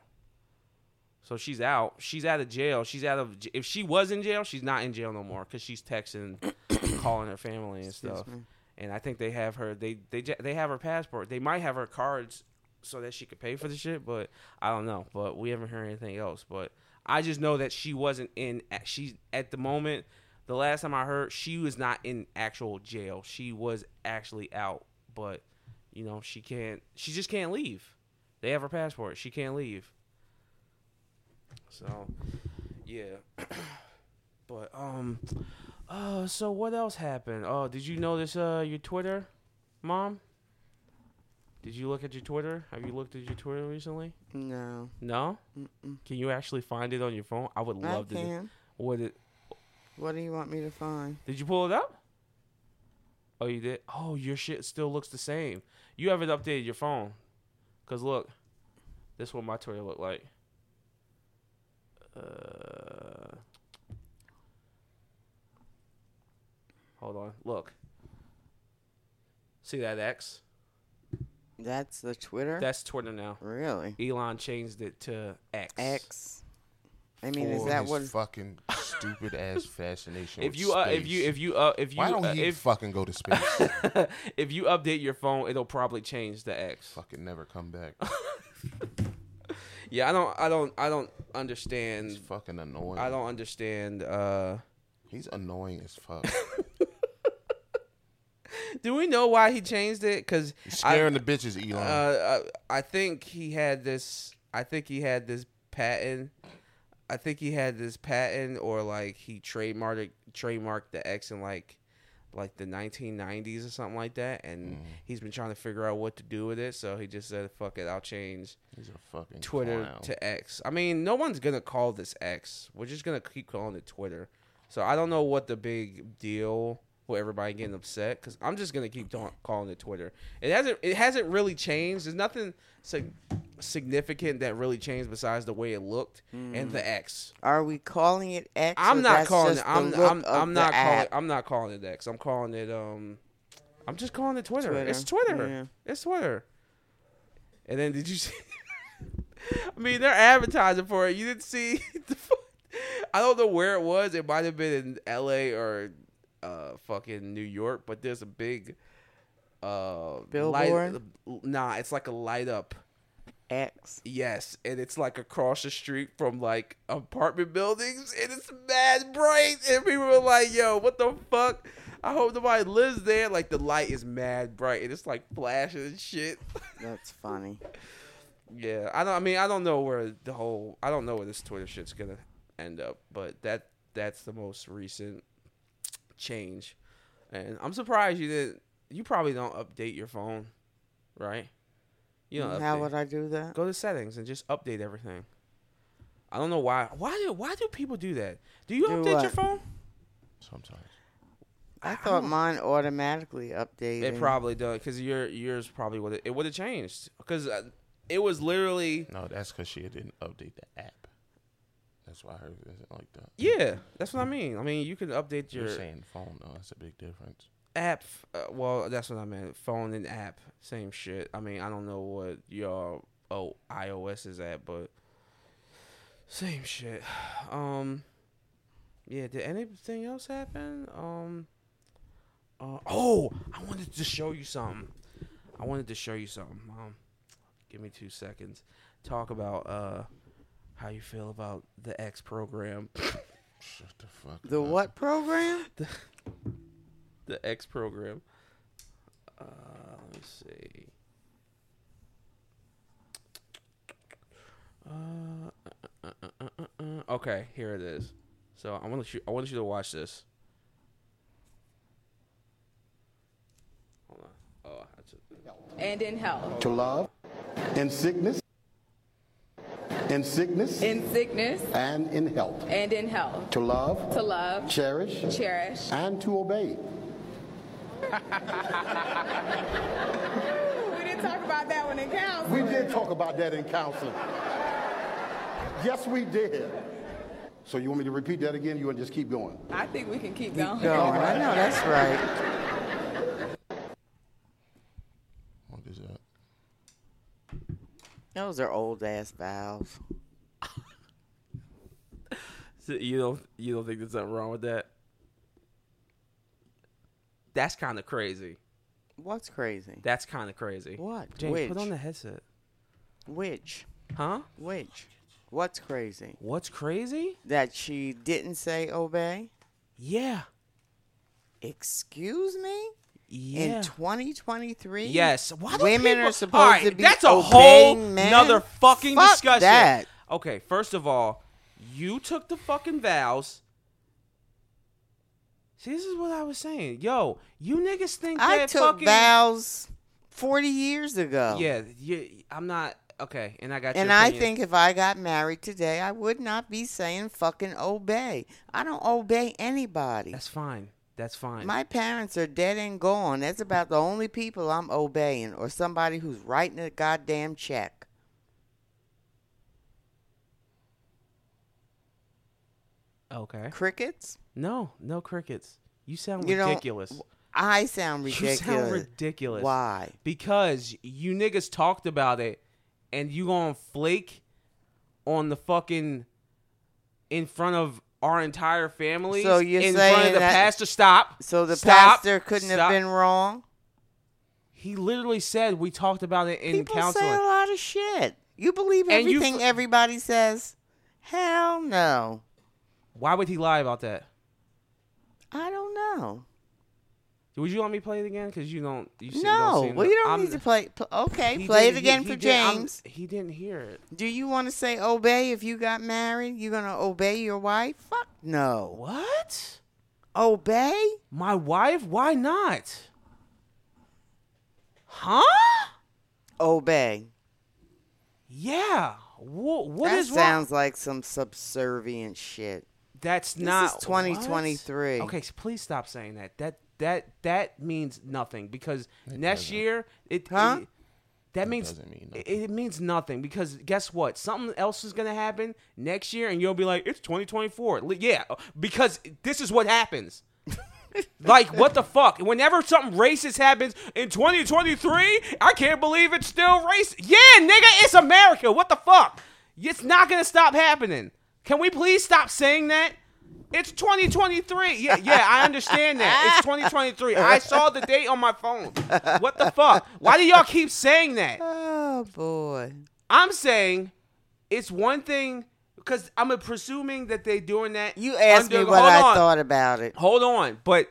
S2: so she's out she's out of jail she's out of j- if she was in jail she's not in jail no more because she's texting calling her family and
S1: Excuse
S2: stuff
S1: me.
S2: and i think they have her they they j- they have her passport they might have her cards so that she could pay for the shit but i don't know but we haven't heard anything else but I just know that she wasn't in. She's at the moment. The last time I heard, she was not in actual jail. She was actually out, but you know she can't. She just can't leave. They have her passport. She can't leave. So, yeah. but um, uh, so what else happened? Oh, did you notice uh your Twitter, mom? Did you look at your Twitter? Have you looked at your Twitter recently?
S1: No.
S2: No.
S1: Mm-mm.
S2: Can you actually find it on your phone? I would love
S1: I
S2: to. do-
S1: can.
S2: What it?
S1: What do you want me to find?
S2: Did you pull it up? Oh, you did. Oh, your shit still looks the same. You haven't updated your phone. Cause look, this is what my Twitter looked like. Uh, hold on. Look. See that X?
S1: That's the Twitter?
S2: That's Twitter now.
S1: really?
S2: Elon changed it to X.
S1: X. I mean, is
S4: For
S1: that
S4: his
S1: what?
S4: fucking stupid ass fascination?
S2: If
S4: with
S2: you uh, if
S4: space.
S2: you if you uh, if you
S4: why don't
S2: uh,
S4: he
S2: if
S4: fucking go to space?
S2: if you update your phone, it'll probably change the X.
S4: fucking never come back.
S2: Yeah, I don't, I don't, I don't
S4: He's
S2: understand.
S4: fucking annoying.
S2: I don't understand. Uh,
S4: He's annoying as fuck.
S2: do we know why he changed it? Because
S4: You're scaring the bitches, Elon.
S2: Uh, I I think he had this. I think he had this patent. I think he had this patent, or like he trademarked it- trademarked the X in like like the 1990s or something like that. And he's been trying to figure out what to do with it. So he just said, "Fuck it, I'll change
S4: He's a fucking
S2: Twitter
S4: clown.
S2: to X." I mean, no one's gonna call this X. We're just gonna keep calling it Twitter So I don't know what the big deal with everybody getting upset because I'm just gonna keep don't, calling it Twitter. It hasn't it hasn't really changed. There's nothing sig- significant that really changed besides the way it looked and the X.
S1: Are we calling it X?
S2: I'm
S1: or
S2: not
S1: that's
S2: calling it.
S1: just the
S2: I'm
S1: look
S2: I'm,
S1: of
S2: I'm
S1: the
S2: not calling.
S1: app?
S2: I'm not calling it X. I'm calling it um. I'm just calling it Twitter.
S1: Twitter.
S2: It's Twitter.
S1: Yeah.
S2: It's Twitter. And then did you see? I mean, they're advertising for it. You didn't see the. fu- I don't know where it was. It might have been in L.A. or uh fucking New York, but there's a big uh
S1: Billboard?
S2: Light, nah, it's like a light up.
S1: X.
S2: Yes, and it's like across the street from like apartment buildings, and it's mad bright. And people were like, "Yo, what the fuck? I hope nobody lives there." Like the light is mad bright, and it's like flashing and shit.
S1: That's funny.
S2: yeah, I don't. I mean, I don't know where the whole. I don't know where this Twitter shit's gonna end up, but that that's the most recent change, and I'm surprised you didn't. You probably don't update your phone, right? You don't.
S1: How
S2: update
S1: would I do that?
S2: go to settings and just update everything. I don't know why. Why do why do people do that? Do you
S1: Do
S2: update your
S1: what?
S2: phone?
S4: Sometimes.
S1: I thought mine automatically updated.
S2: It probably does because your yours probably would it would have changed because it was literally
S4: No, that's because she didn't update the app. That's why hers isn't like that.
S2: yeah. That's what I mean. I mean you can update your
S4: You're saying phone though. That's a big difference.
S2: app. Uh, well, that's what I meant. Phone and app, same shit. I mean I don't know what y'all oh iOS is at, but same shit. Um, yeah. Did anything else happen? Um. Uh, oh, I wanted to show you something. I wanted to show you something, Mom. Give me two seconds. Talk about uh, how you feel about the X program.
S4: Shut the fuck.
S2: uh,
S1: The
S4: up.
S1: what program?
S2: the X program. Uh, let me see. Uh, uh, uh, uh, uh, uh, uh. okay, here it is. So I want you. I want you to watch this. Hold on. Oh, that's it.
S6: and in health,
S7: to love in sickness, in sickness,
S6: in sickness
S7: and in health,
S6: and in health,
S7: to love,
S6: to love,
S7: cherish,
S6: cherish,
S7: and to obey.
S5: We didn't talk about that one in council.
S7: We did talk about that in counseling. Yes, we did. So you want me to repeat that again? You want to just keep going?
S6: I think we can keep going.
S1: No, I know that's right.
S4: What is that?
S1: Those are old ass vows.
S2: So you don't you don't think there's nothing wrong with that? That's kind of crazy.
S1: What's crazy?
S2: That's kind of crazy.
S1: What?
S2: James,
S1: Which?
S2: put on the headset.
S1: Which?
S2: Huh?
S1: Which? What's crazy?
S2: What's crazy?
S1: That she didn't say obey?
S2: Yeah.
S1: Excuse me?
S2: Yeah.
S1: In 2023?
S2: yes. Why do
S1: Women
S2: people-
S1: are supposed
S2: All right,
S1: to be
S2: That's a whole
S1: obeying men?
S2: nother fucking
S1: Fuck
S2: discussion.
S1: that.
S2: Okay. First of all, you took the fucking vows. See, this is what I was saying. Yo, you niggas think
S1: I
S2: that
S1: took
S2: fucking
S1: vows 40 years ago.
S2: Yeah, you, I'm not okay, and I got.
S1: And
S2: your
S1: I
S2: opinion.
S1: think if I got married today, I would not be saying fucking obey. I don't obey anybody.
S2: That's fine. That's fine.
S1: My parents are dead and gone. That's about the only people I'm obeying, or somebody who's writing a goddamn check.
S2: okay.
S1: Crickets?
S2: No, no crickets. You sound
S1: You don't-
S2: ridiculous.
S1: I sound ridiculous.
S2: You sound ridiculous.
S1: Why?
S2: Because you niggas talked about it, and you gonna flake on the fucking in front of our entire family.
S1: So you're
S2: in front of
S1: saying
S2: the
S1: that-
S2: pastor? Stop.
S1: So the
S2: Stop.
S1: pastor couldn't
S2: Stop.
S1: have been wrong.
S2: He literally said we talked about it in
S1: People
S2: counseling.
S1: say a lot of shit. You believe
S2: And you
S1: everything
S2: f-
S1: everybody says? Hell no.
S2: Why would he lie about that?
S1: I don't know.
S2: Would you let me play it again? Because you don't. You said you don't
S1: No,
S2: seem
S1: well,
S2: to-
S1: you don't
S2: I'm-
S1: need to play. pl- okay,
S2: he
S1: play it
S2: didn't- he-
S1: again
S2: he
S1: for
S2: did- I'm-
S1: James.
S2: he didn't hear it.
S1: Do you want to say obey if you got married? You're gonna obey your wife? Fuck no.
S2: What?
S1: Obey?
S2: My wife? Why not? Huh?
S1: Obey.
S2: Yeah. What? What
S1: that
S2: is
S1: sounds like some subservient shit.
S2: wrong? That's
S1: is
S2: not
S1: 2023.
S2: What? Okay, so please stop saying that. That that that means nothing because next year it,
S1: Huh?
S2: it- that means
S8: doesn't mean
S2: it, it means nothing because guess what? Something else is gonna happen next year, and you'll be like, "It's 2024." Li- Yeah, because this is what happens. like what the fuck? Whenever something racist happens in 2023, I can't believe it's still racist. Yeah, nigga, it's America. What the fuck? It's not gonna stop happening. Can we please stop saying that? It's 2023. Yeah, yeah, I understand that. It's 2023. I saw the date on my phone. What the fuck? Why do y'all keep saying that?
S1: Oh boy.
S2: I'm saying it's one thing because I'm presuming that they're doing that.
S1: You asked me
S2: under-
S1: what
S2: hold
S1: I
S2: on.
S1: thought about it.
S2: Hold on, but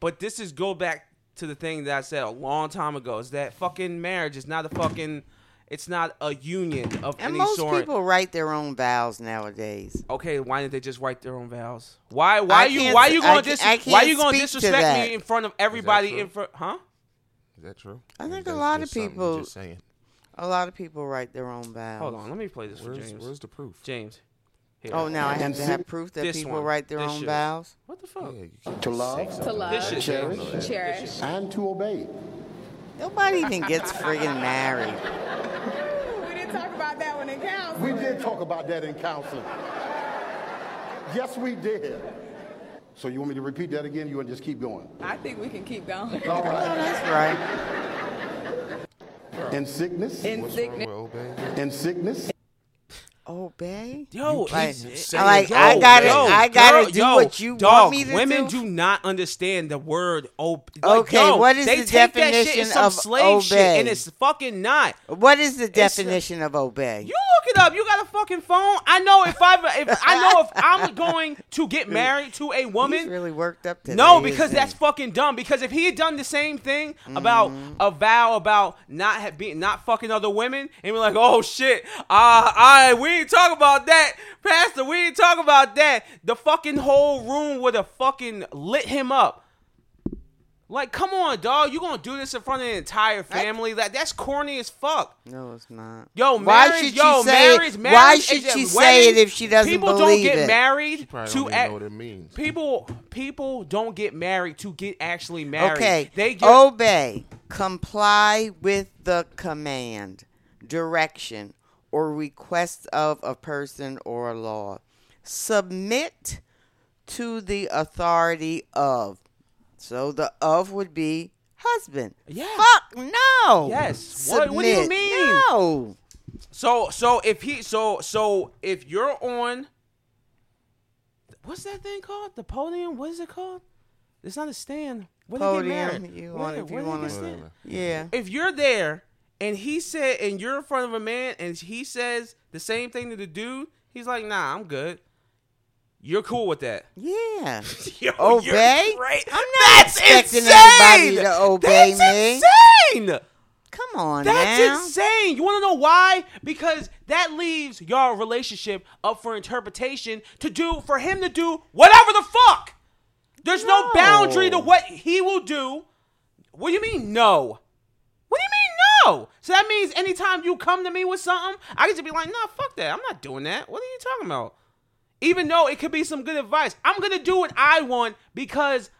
S2: but this is go back to the thing that I said a long time ago is that fucking marriage is not a fucking it's not a union of
S1: And
S2: any
S1: most
S2: sort.
S1: people write their own vows nowadays.
S2: okay, why didn't they just write their own vows? Why why
S1: I
S2: you
S1: can't
S2: why
S1: s-
S2: you
S1: I
S2: going
S1: ca-
S2: dis-
S1: I
S2: why
S1: can't
S2: you going to
S1: speak to
S2: disrespect
S1: that.
S2: me in front of everybody
S4: true?
S2: in front huh?
S4: Is that true?
S1: I
S4: Or
S1: think
S4: that's
S1: a lot
S4: just
S1: of
S4: something
S1: people-
S4: Just saying.
S1: A lot of people write their own vows.
S2: Hold on, let me play this for
S4: Where's,
S2: James.
S4: where's the proof?
S2: James. Here.
S1: Oh, now I have to have proof that
S2: This
S1: people
S2: one.
S1: write their
S2: This
S1: own
S2: shit.
S1: vows.
S2: What the fuck?
S4: Yeah, you can't
S7: To
S4: say
S7: love,
S4: something.
S6: To love,
S2: This shit.
S7: Cherish.
S2: James.
S6: cherish,
S7: and to obey.
S1: Nobody even gets friggin' married.
S5: We didn't talk about that one in council.
S7: We did talk about that in counseling. Yes, we did. So you want me to repeat that again? You want to just keep going?
S6: I think we can keep going.
S7: All right.
S1: Oh, That's right.
S7: In sickness, in,
S6: In
S4: Wrong
S6: sickness,
S4: with old baby.
S7: sickness,
S1: Obey.
S2: Yo,
S1: Like,
S2: he's-
S1: I like, I gotta- I gotta do what you
S2: dog,
S1: want me to
S2: women
S1: do?
S2: not understand the word ob-
S1: Okay,
S2: yo,
S1: what is
S2: they
S1: the
S2: take that shit
S1: definition
S2: as some
S1: of
S2: slave shit, and
S1: obey?
S2: it's fucking not.
S1: What is the
S2: It's a-
S1: definition of obey?
S2: You look it up. You got a fucking phone. I know if I if I know if I'm going to get married to a
S1: He's
S2: woman.
S1: really worked up to
S2: No, because that's fucking dumb. Because if he had done the same thing about
S1: Mm-hmm.
S2: a vow about not ha- being not fucking other women, and be like, oh shit, uh, I we ain't talk about that, Pastor. We ain't talk about that. The fucking whole room would have fucking lit him up. Like, come on, dog. You gonna do this in front of the entire family? That that's corny as fuck.
S1: No, it's not.
S2: Yo,
S1: why
S2: marriage,
S1: should she
S2: yo,
S1: say
S2: marriage,
S1: it?
S2: marriage
S1: why
S2: is
S1: should
S2: a
S1: she say
S2: wedding.
S1: it if she doesn't
S2: People don't
S1: believe
S2: get
S1: it?
S2: married
S4: Probably
S2: to
S4: don't even
S2: act.
S4: know what it means.
S2: People people don't get married to get actually married.
S1: Okay. Oh.
S2: They get
S1: obey. Comply with the command, direction, or request of a person or a law. Submit to the authority of. So the of would be husband.
S2: Yeah.
S1: Fuck no.
S2: Yes. What- what do you
S1: Submit.
S2: mean?
S1: No.
S2: so so if he so so if you're on what's that thing called? The podium? What is it called? It's not a stand. What
S1: Podium,
S2: They get married?
S1: you
S2: What-
S1: want- if
S2: what
S1: you
S2: they
S1: want
S2: get
S1: to-
S2: stand-
S1: Yeah.
S2: if you're there and he said and you're in front of a man and he says the same thing to the dude, he's like, nah, I'm good. You're cool with that.
S1: Yeah.
S2: Yo,
S1: Obey?
S2: You're great.
S1: I'm not
S2: That's
S1: expecting
S2: insane.
S1: anybody to obey
S2: That's
S1: me.
S2: Insane.
S1: Come on
S2: That's
S1: now.
S2: insane. You want to know why? Because that leaves your relationship up for interpretation to do for him to do whatever the fuck. There's no,
S1: No.
S2: boundary to what he will do. What do you mean no? What do you mean no? So that means anytime you come to me with something, I can just be like, nah, fuck that. I'm not doing that. What are you talking about? Even though it could be some good advice, I'm gonna do what I want because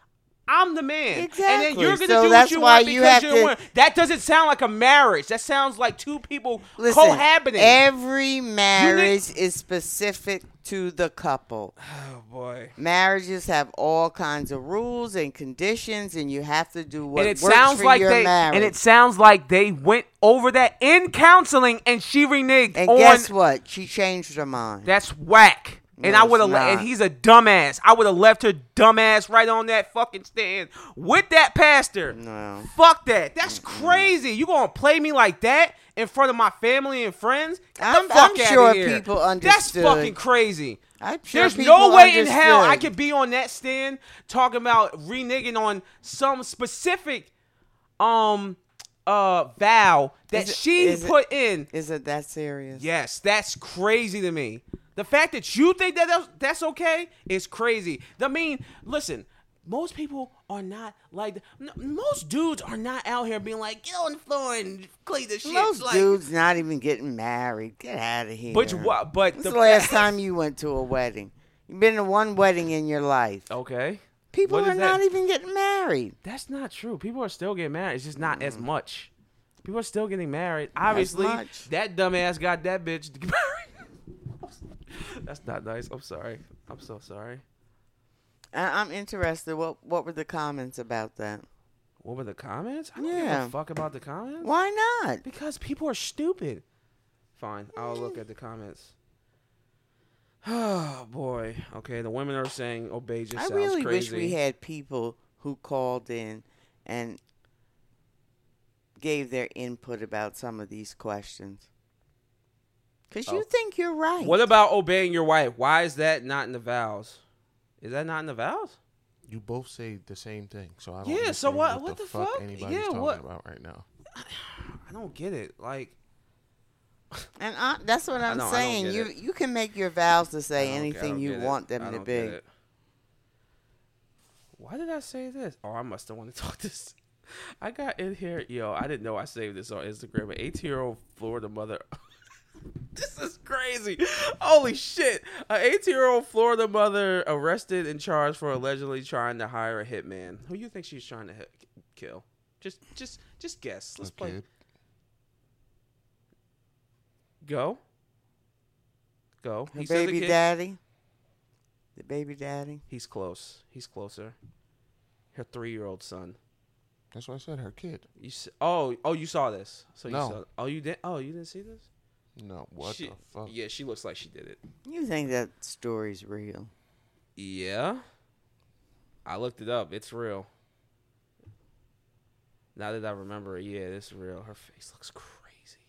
S2: I'm the man. And then
S1: Exactly.
S2: you're gonna
S1: So
S2: do what
S1: that's
S2: you
S1: why
S2: want
S1: you
S2: because
S1: have
S2: you're the
S1: to-
S2: one. That doesn't sound like a marriage. That sounds like two people
S1: Listen,
S2: cohabiting.
S1: every marriage is specific to the couple.
S2: oh boy.
S1: Marriages have all kinds of rules and conditions, and you have to do what
S2: And it
S1: works
S2: sounds
S1: for
S2: like
S1: your
S2: they
S1: marriage.
S2: and it sounds like they went over that in counseling and she reneged
S1: And
S2: on
S1: guess what? She changed her mind.
S2: that's whack. And
S1: No,
S2: I would have
S1: it's
S2: le- and
S1: not.
S2: he's a dumbass. I would have left her dumbass right on that fucking stand with that pastor.
S1: no.
S2: Fuck that. That's crazy. You gonna play me like that in front of my family and friends? Get the
S1: I'm-
S2: fuck
S1: I'm
S2: outta
S1: sure
S2: here.
S1: people
S2: That's
S1: understood.
S2: fucking crazy.
S1: I'm sure
S2: There's
S1: people
S2: no way in hell I
S1: understood.
S2: could be on that stand talking about reneging on some specific um uh vow that
S1: Is it-
S2: she
S1: is it-
S2: put in.
S1: Is it that serious?
S2: Yes, that's crazy to me. The fact that you think that that's, that's okay is crazy. I mean, listen, most people are not like n- most dudes are not out here being like get on the floor and clean the shit.
S1: Most
S2: like,
S1: dudes not even getting married. Get out of here.
S2: but what? But
S1: When's the,
S2: the
S1: last
S2: fact-
S1: time you went to a wedding? You've been to one wedding in your life.
S2: Okay.
S1: People
S2: Oh, What
S1: are
S2: is that?
S1: not even getting married.
S2: That's not true. People are still getting married. It's just not as much. People are still getting married. Obviously,
S1: much.
S2: that dumbass got that bitch to get married. That's not nice. I'm sorry. I'm so sorry.
S1: I- I'm interested. What What were the comments about that?
S2: What were the comments? I don't give
S1: Yeah.
S2: a fuck about the comments.
S1: Why not?
S2: Because people are stupid. Fine, I'll look at the comments. Oh boy. Okay, the women are saying obey just
S1: I
S2: sounds
S1: really
S2: crazy.
S1: wish we had people who called in and gave their input about some of these questions. Because you think you're right.
S2: Oh. what about obeying your wife? Why is that not in the vows? Is that not in the vows?
S4: You both say the same thing, so I don't.
S2: Yeah, so
S4: understand
S2: what- what the fuck?
S4: Anybody's
S2: Yeah,
S4: talking
S2: what-
S4: about right now?
S2: I don't get it. Like
S1: And I, that's what I'm
S2: know, I don't
S1: saying.
S2: get
S1: You
S2: it.
S1: you can make your vows to say
S2: I don't get- I
S1: anything
S2: don't
S1: you
S2: get it.
S1: want
S2: I
S1: them to
S2: don't
S1: be.
S2: get it. Why did I say this? Oh, I must have wanted to talk this. I got in here, yo. I didn't know I saved this on Instagram. An 18 year old Florida mother. this is crazy. Holy shit. An 18 year old Florida mother arrested and charged for allegedly trying to hire a hitman. Who you think she's trying to hit, kill? Just, just, just guess. Let's play.
S4: Okay.
S2: Go. Go.
S1: Her
S2: He says a
S1: baby
S2: kid.
S1: daddy. The baby daddy.
S2: He's close. He's closer. Her three-year-old son.
S4: That's what I said. Her kid.
S2: You s oh oh you saw this. So you
S4: No.
S2: saw. Oh you didn't. Oh you didn't see this.
S4: No, what
S2: She-
S4: the fuck?
S2: Yeah, she looks like she did it.
S1: You think that story's real?
S2: Yeah. I looked it up. It's real. Now that I remember it, yeah, it's real. Her face looks crazy.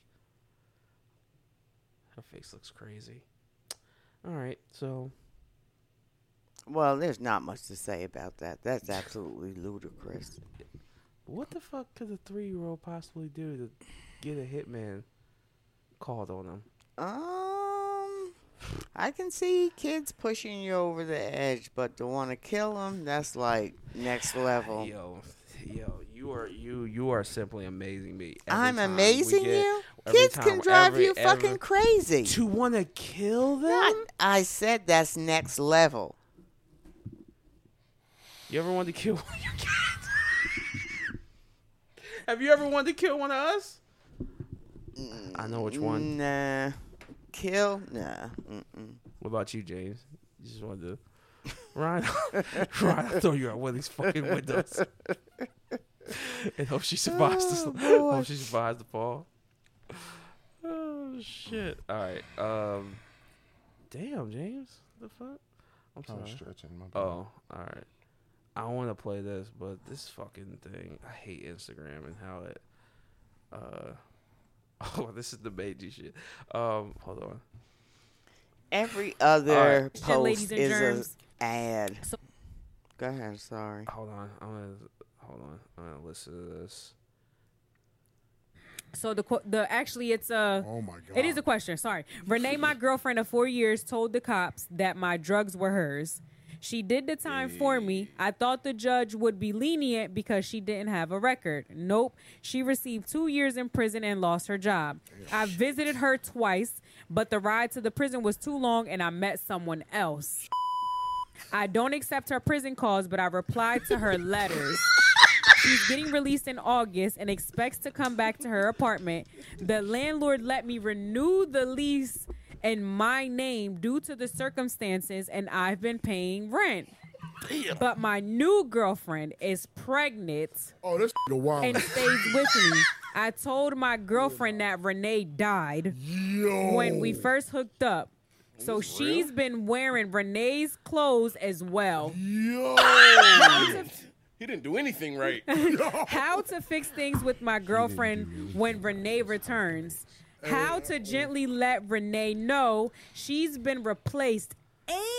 S2: Her face looks crazy. All right, so
S1: Well, there's not much to say about that. That's absolutely ludicrous.
S2: what the fuck could a three-year-old possibly do to get a hitman called on him?
S1: Um, I can see kids pushing you over the edge, but to want to kill them, that's like next level.
S2: Yo, yo, you are you you are simply amazing me. Every
S1: I'm
S2: time we
S1: amazing
S2: get-
S1: you.
S2: every
S1: Kids
S2: time-
S1: can drive
S2: every-
S1: you fucking
S2: every-
S1: crazy.
S2: to want to kill them.
S1: I, I said that's next level.
S2: You ever wanted to kill one of your kids? Have you ever wanted to kill one of us? I know which one.
S1: Nah. Kill? Nah. Mm-mm.
S2: What about you, James? You just wanted to. Ryan, Ryan, I throw you out one of these fucking windows. and hope she survives. the, hope she survives the fall. Oh shit! All right. Um. Damn, James. The fuck? I'm
S4: I was
S2: sorry.
S4: stretching my.
S2: Oh,
S4: bad.
S2: all right. I want to play this, but this fucking thing. I hate Instagram and how it. Uh. Oh, this is the Meiji shit. Um, hold on.
S1: Every other
S8: Shit, ladies
S1: post
S8: and
S1: is
S8: germs.
S1: an ad.
S8: So-
S1: Go ahead. Sorry.
S2: Hold on. I'm gonna hold on. I'm gonna listen to this.
S8: So the qu- the actually it's a
S7: Oh my God.
S8: It is a question. Sorry, Renee, my girlfriend of four years, told the cops that my drugs were hers. She did the time for me. I thought the judge would be lenient because she didn't have a record. Nope. She received two years in prison and lost her job. I visited her twice, but the ride to the prison was too long and I met someone else. I don't accept her prison calls, but I replied to her letters. She's getting released in August and expects to come back to her apartment. The landlord let me renew the lease in my name due to the circumstances, and I've been paying rent. But my new girlfriend is pregnant
S9: Oh, this a wild.
S8: and stays with me. I told my girlfriend that Renee died
S9: Yo.
S8: when we first hooked up. So she's been wearing Renee's clothes as well.
S9: Yo.
S10: He didn't do anything right.
S8: How to fix things with my girlfriend when Renee returns. How
S10: Uh-huh.
S8: to gently let Renee know she's been replaced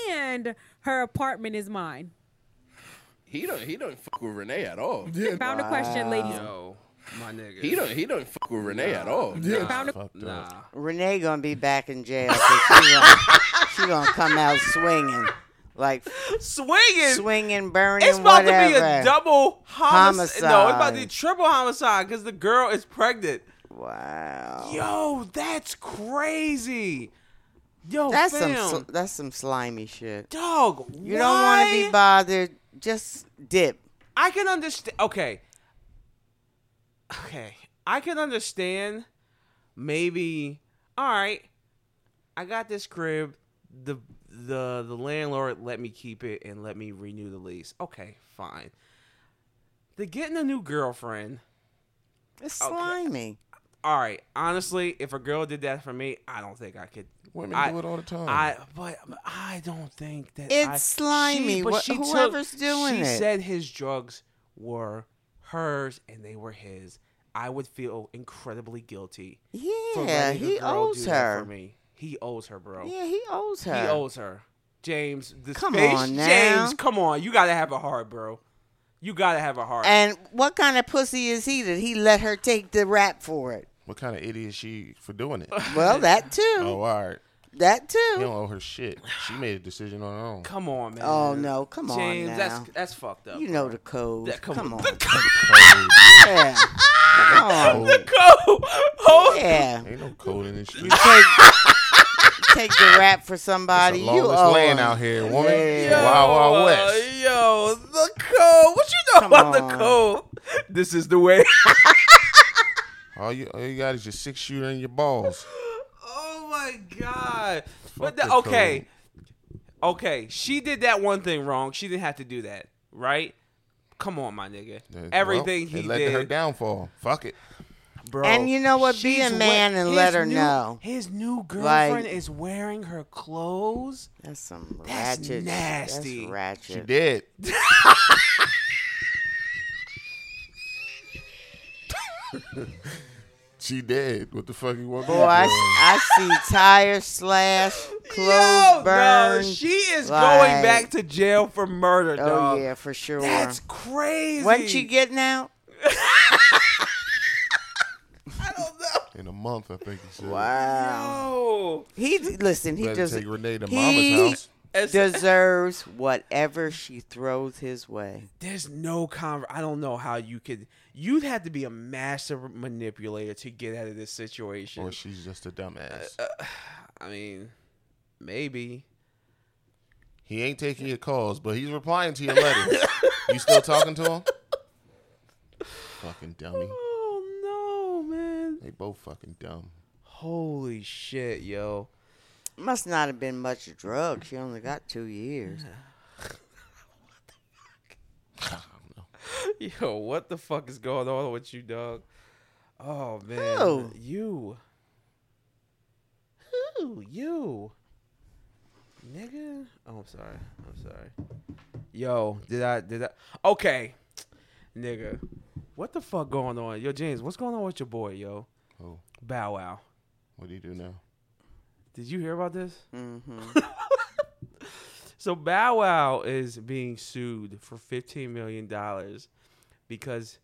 S8: and her apartment is mine.
S10: He don't. He don't fuck with Renee at all.
S8: Found a question, ladies.
S2: Yo, my nigga.
S10: He don't. He don't fuck with Renee at all.
S8: Found a
S4: Fucked up.
S2: Nah.
S1: Renee gonna be back in jail. 'cause she, gonna, she gonna come out swinging, like
S2: Swinging.
S1: swinging, burning,
S2: It's about
S1: whatever.
S2: to be a double homicide. No, it's about to be
S1: Homicide.
S2: triple homicide because the girl is pregnant.
S1: Wow.
S2: Yo, that's crazy. Yo,
S1: That's some
S2: fam,
S1: sl- that's some slimy shit.
S2: dog.
S1: You don't want to
S2: why?
S1: be bothered. Just dip.
S2: I can understand. Okay. Okay. I can understand maybe all right. I got this crib. The the the landlord let me keep it and let me renew the lease. Okay, fine. The getting a new girlfriend.
S1: It's slimy.
S2: All right, honestly, if a girl did that for me, I don't think I could.
S4: Women
S2: I-
S4: do it all the time.
S2: I but I don't think that
S1: It's
S2: I-
S1: slimy.
S2: She, but
S1: What-
S2: she took-
S1: whoever's doing
S2: she
S1: it.
S2: said his drugs were hers and they were his. I would feel incredibly guilty. for
S1: Yeah,
S2: letting a
S1: he
S2: girl
S1: owes
S2: do that
S1: her.
S2: for me. He owes her, bro.
S1: Yeah, he owes her.
S2: He owes her. James, the
S1: Come
S2: space,
S1: on now.
S2: James, come on. You gotta have a heart, bro. You gotta have a heart.
S1: And what kind of pussy is he that he let her take the rap for it?
S4: What kind of idiot is she for doing it?
S1: Well, that too.
S4: oh, all right.
S1: That
S4: You don't
S1: too.
S4: owe her shit. She made a decision on her own.
S2: come on, man.
S1: Oh, no, come on
S2: James,
S1: now.
S2: that's that's fucked up.
S1: You know the code.
S2: That-
S1: come,
S2: come
S1: on.
S2: on.
S1: Yeah. Come on.
S4: Code.
S2: Go. Oh,
S1: Yeah.
S4: Ain't no code in this
S1: You
S4: street.
S1: take, take the rap for
S4: It's
S1: somebody.
S4: the
S1: you
S4: longest
S1: owe
S4: land
S1: him.
S4: out here, woman.
S1: Yeah.
S4: Wild, wild
S2: Uh,
S4: west.
S2: yo, the code. What you know
S1: Come
S2: about the
S1: on.
S2: code? This is the way.
S4: All you, all you got is your six shooter and your balls.
S2: oh my god. But
S4: Fuck
S2: the,
S4: the
S2: okay, okay. She did that one thing wrong. She didn't have to do that, right? Come on, my nigga.
S4: Well,
S2: Everything
S4: it
S2: he
S4: led
S2: did,
S4: to her downfall. Fuck it.
S2: bro.
S1: And you know what? Be
S2: she's
S1: a man
S2: wet-
S1: and let
S2: his
S1: her
S2: new-
S1: know.
S2: His new
S1: Like-
S2: girlfriend is wearing her clothes.
S1: That's some
S2: That's
S1: ratchet.
S2: nasty.
S1: That's ratchet.
S4: She did. she did. What the fuck you want? me
S1: Boy, I,
S4: to do?
S1: I see tire slash, clothes
S2: Yo,
S1: burn.
S2: Oh, no, she is
S1: like-
S2: going back to jail for murder,
S1: oh
S2: dog.
S1: yeah, for sure.
S2: That's crazy.
S1: When she getting out?
S4: In a month, I think he said.
S1: Wow.
S2: Oh,
S1: He listen. He
S4: Better
S1: does.
S4: take Renee to
S1: he-
S4: mama's house.
S2: It's-
S1: deserves whatever she throws his way.
S2: there's no conver. I don't know how you could. You'd have to be a massive manipulator to get out of this situation.
S4: Or she's just a dumbass.
S1: Uh,
S2: I mean, maybe.
S4: He ain't taking your calls, but he's replying to your letters. you still talking to him? Fucking dummy.
S2: Oh no, man!
S4: They both fucking dumb.
S2: Holy shit, yo!
S1: Must not have been much drug. She only got two years.
S2: Yo, what the fuck is going on with you, dog? Oh man,
S1: Who?
S2: you. Who you? Nigga, oh, I'm sorry. I'm sorry. Yo, did I? Did I? Okay, nigga, what the fuck going on? Yo, James, what's going on with your boy, yo?
S4: Oh,
S2: Bow Wow.
S4: what do you do now?
S2: Did you hear about this? Mm-hmm. so Bow Wow is being sued for fifteen million dollars because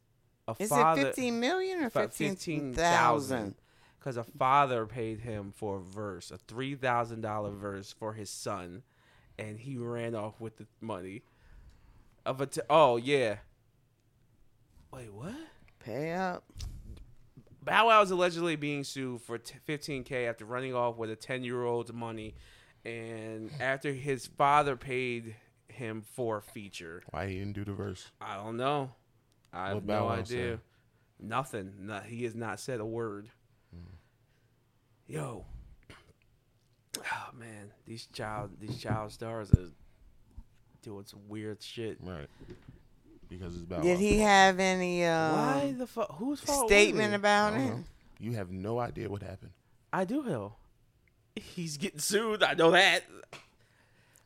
S2: a
S1: Is
S2: father
S1: it fifteen million or
S2: fi-
S1: fifteen thousand?
S2: because a father paid him for a verse, a three thousand dollar verse for his son, and he ran off with the money. Of a t- oh yeah. Wait, what?
S1: Pay up.
S2: Bow Wow is allegedly being sued for t- 15k after running off with a 10 year old's money, and after his father paid him for a feature.
S4: Why he didn't do the verse?
S2: I don't know. I have
S4: What Bow
S2: no
S4: Wow
S2: idea.
S4: said?
S2: Nothing. No, he has not said a word.
S4: Hmm.
S2: Yo. Oh man, these child these child stars are doing some weird shit.
S4: Right. Because it's about.
S1: Did he have any
S2: Why
S1: um,
S2: the fuck? Whose fault? was
S1: statement
S2: it?
S1: about it?
S4: Uh-huh. You have no idea what happened.
S2: I do know. He's getting sued. I know that.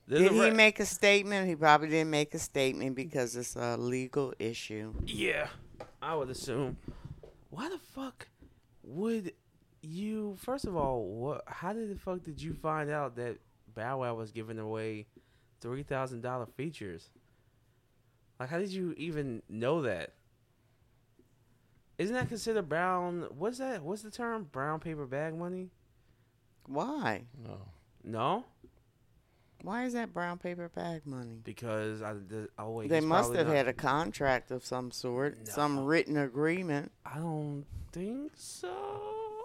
S2: There's
S1: Did
S2: a
S1: he
S2: re-
S1: make a statement? He probably didn't make a statement because it's a legal issue.
S2: Yeah, I would assume. Why the fuck would you? First of all, what? How did the fuck did you find out that Bow Wow was giving away three thousand dollar features? Like, how did you even know that? Isn't that considered brown? What's that? What's the term? Brown paper bag money?
S1: Why?
S4: No.
S2: No,
S1: Why is that brown paper bag money?
S2: because I. The, oh wait,
S1: They
S2: he's
S1: must
S2: probably
S1: have
S2: not-
S1: had a contract of some sort, some
S2: No.
S1: written agreement.
S2: I don't think so.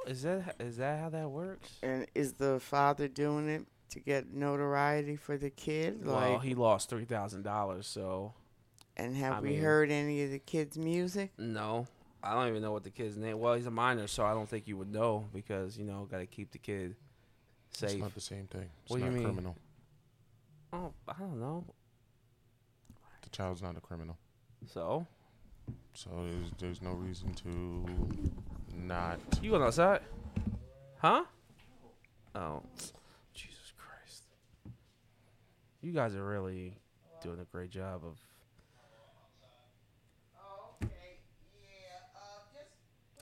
S2: Is that is that how that works?
S1: And is the father doing it to get notoriety for the kid? Like,
S2: well, he lost three thousand dollars, so
S1: and have
S2: I
S1: we
S2: mean-
S1: heard any of the kids' music?
S2: no. I don't even know what the kid's name. Well, he's a minor, so I don't think you would know because you know got to keep the kid
S4: It's
S2: safe.
S4: not the same thing. It's
S2: What do you
S4: not
S2: mean?
S4: criminal.
S2: Oh, I don't know.
S4: The child's not a criminal.
S2: So
S4: So there's, there's no reason to not.
S2: you going outside? Huh? Oh, Jesus Christ! You guys are really doing a great job of.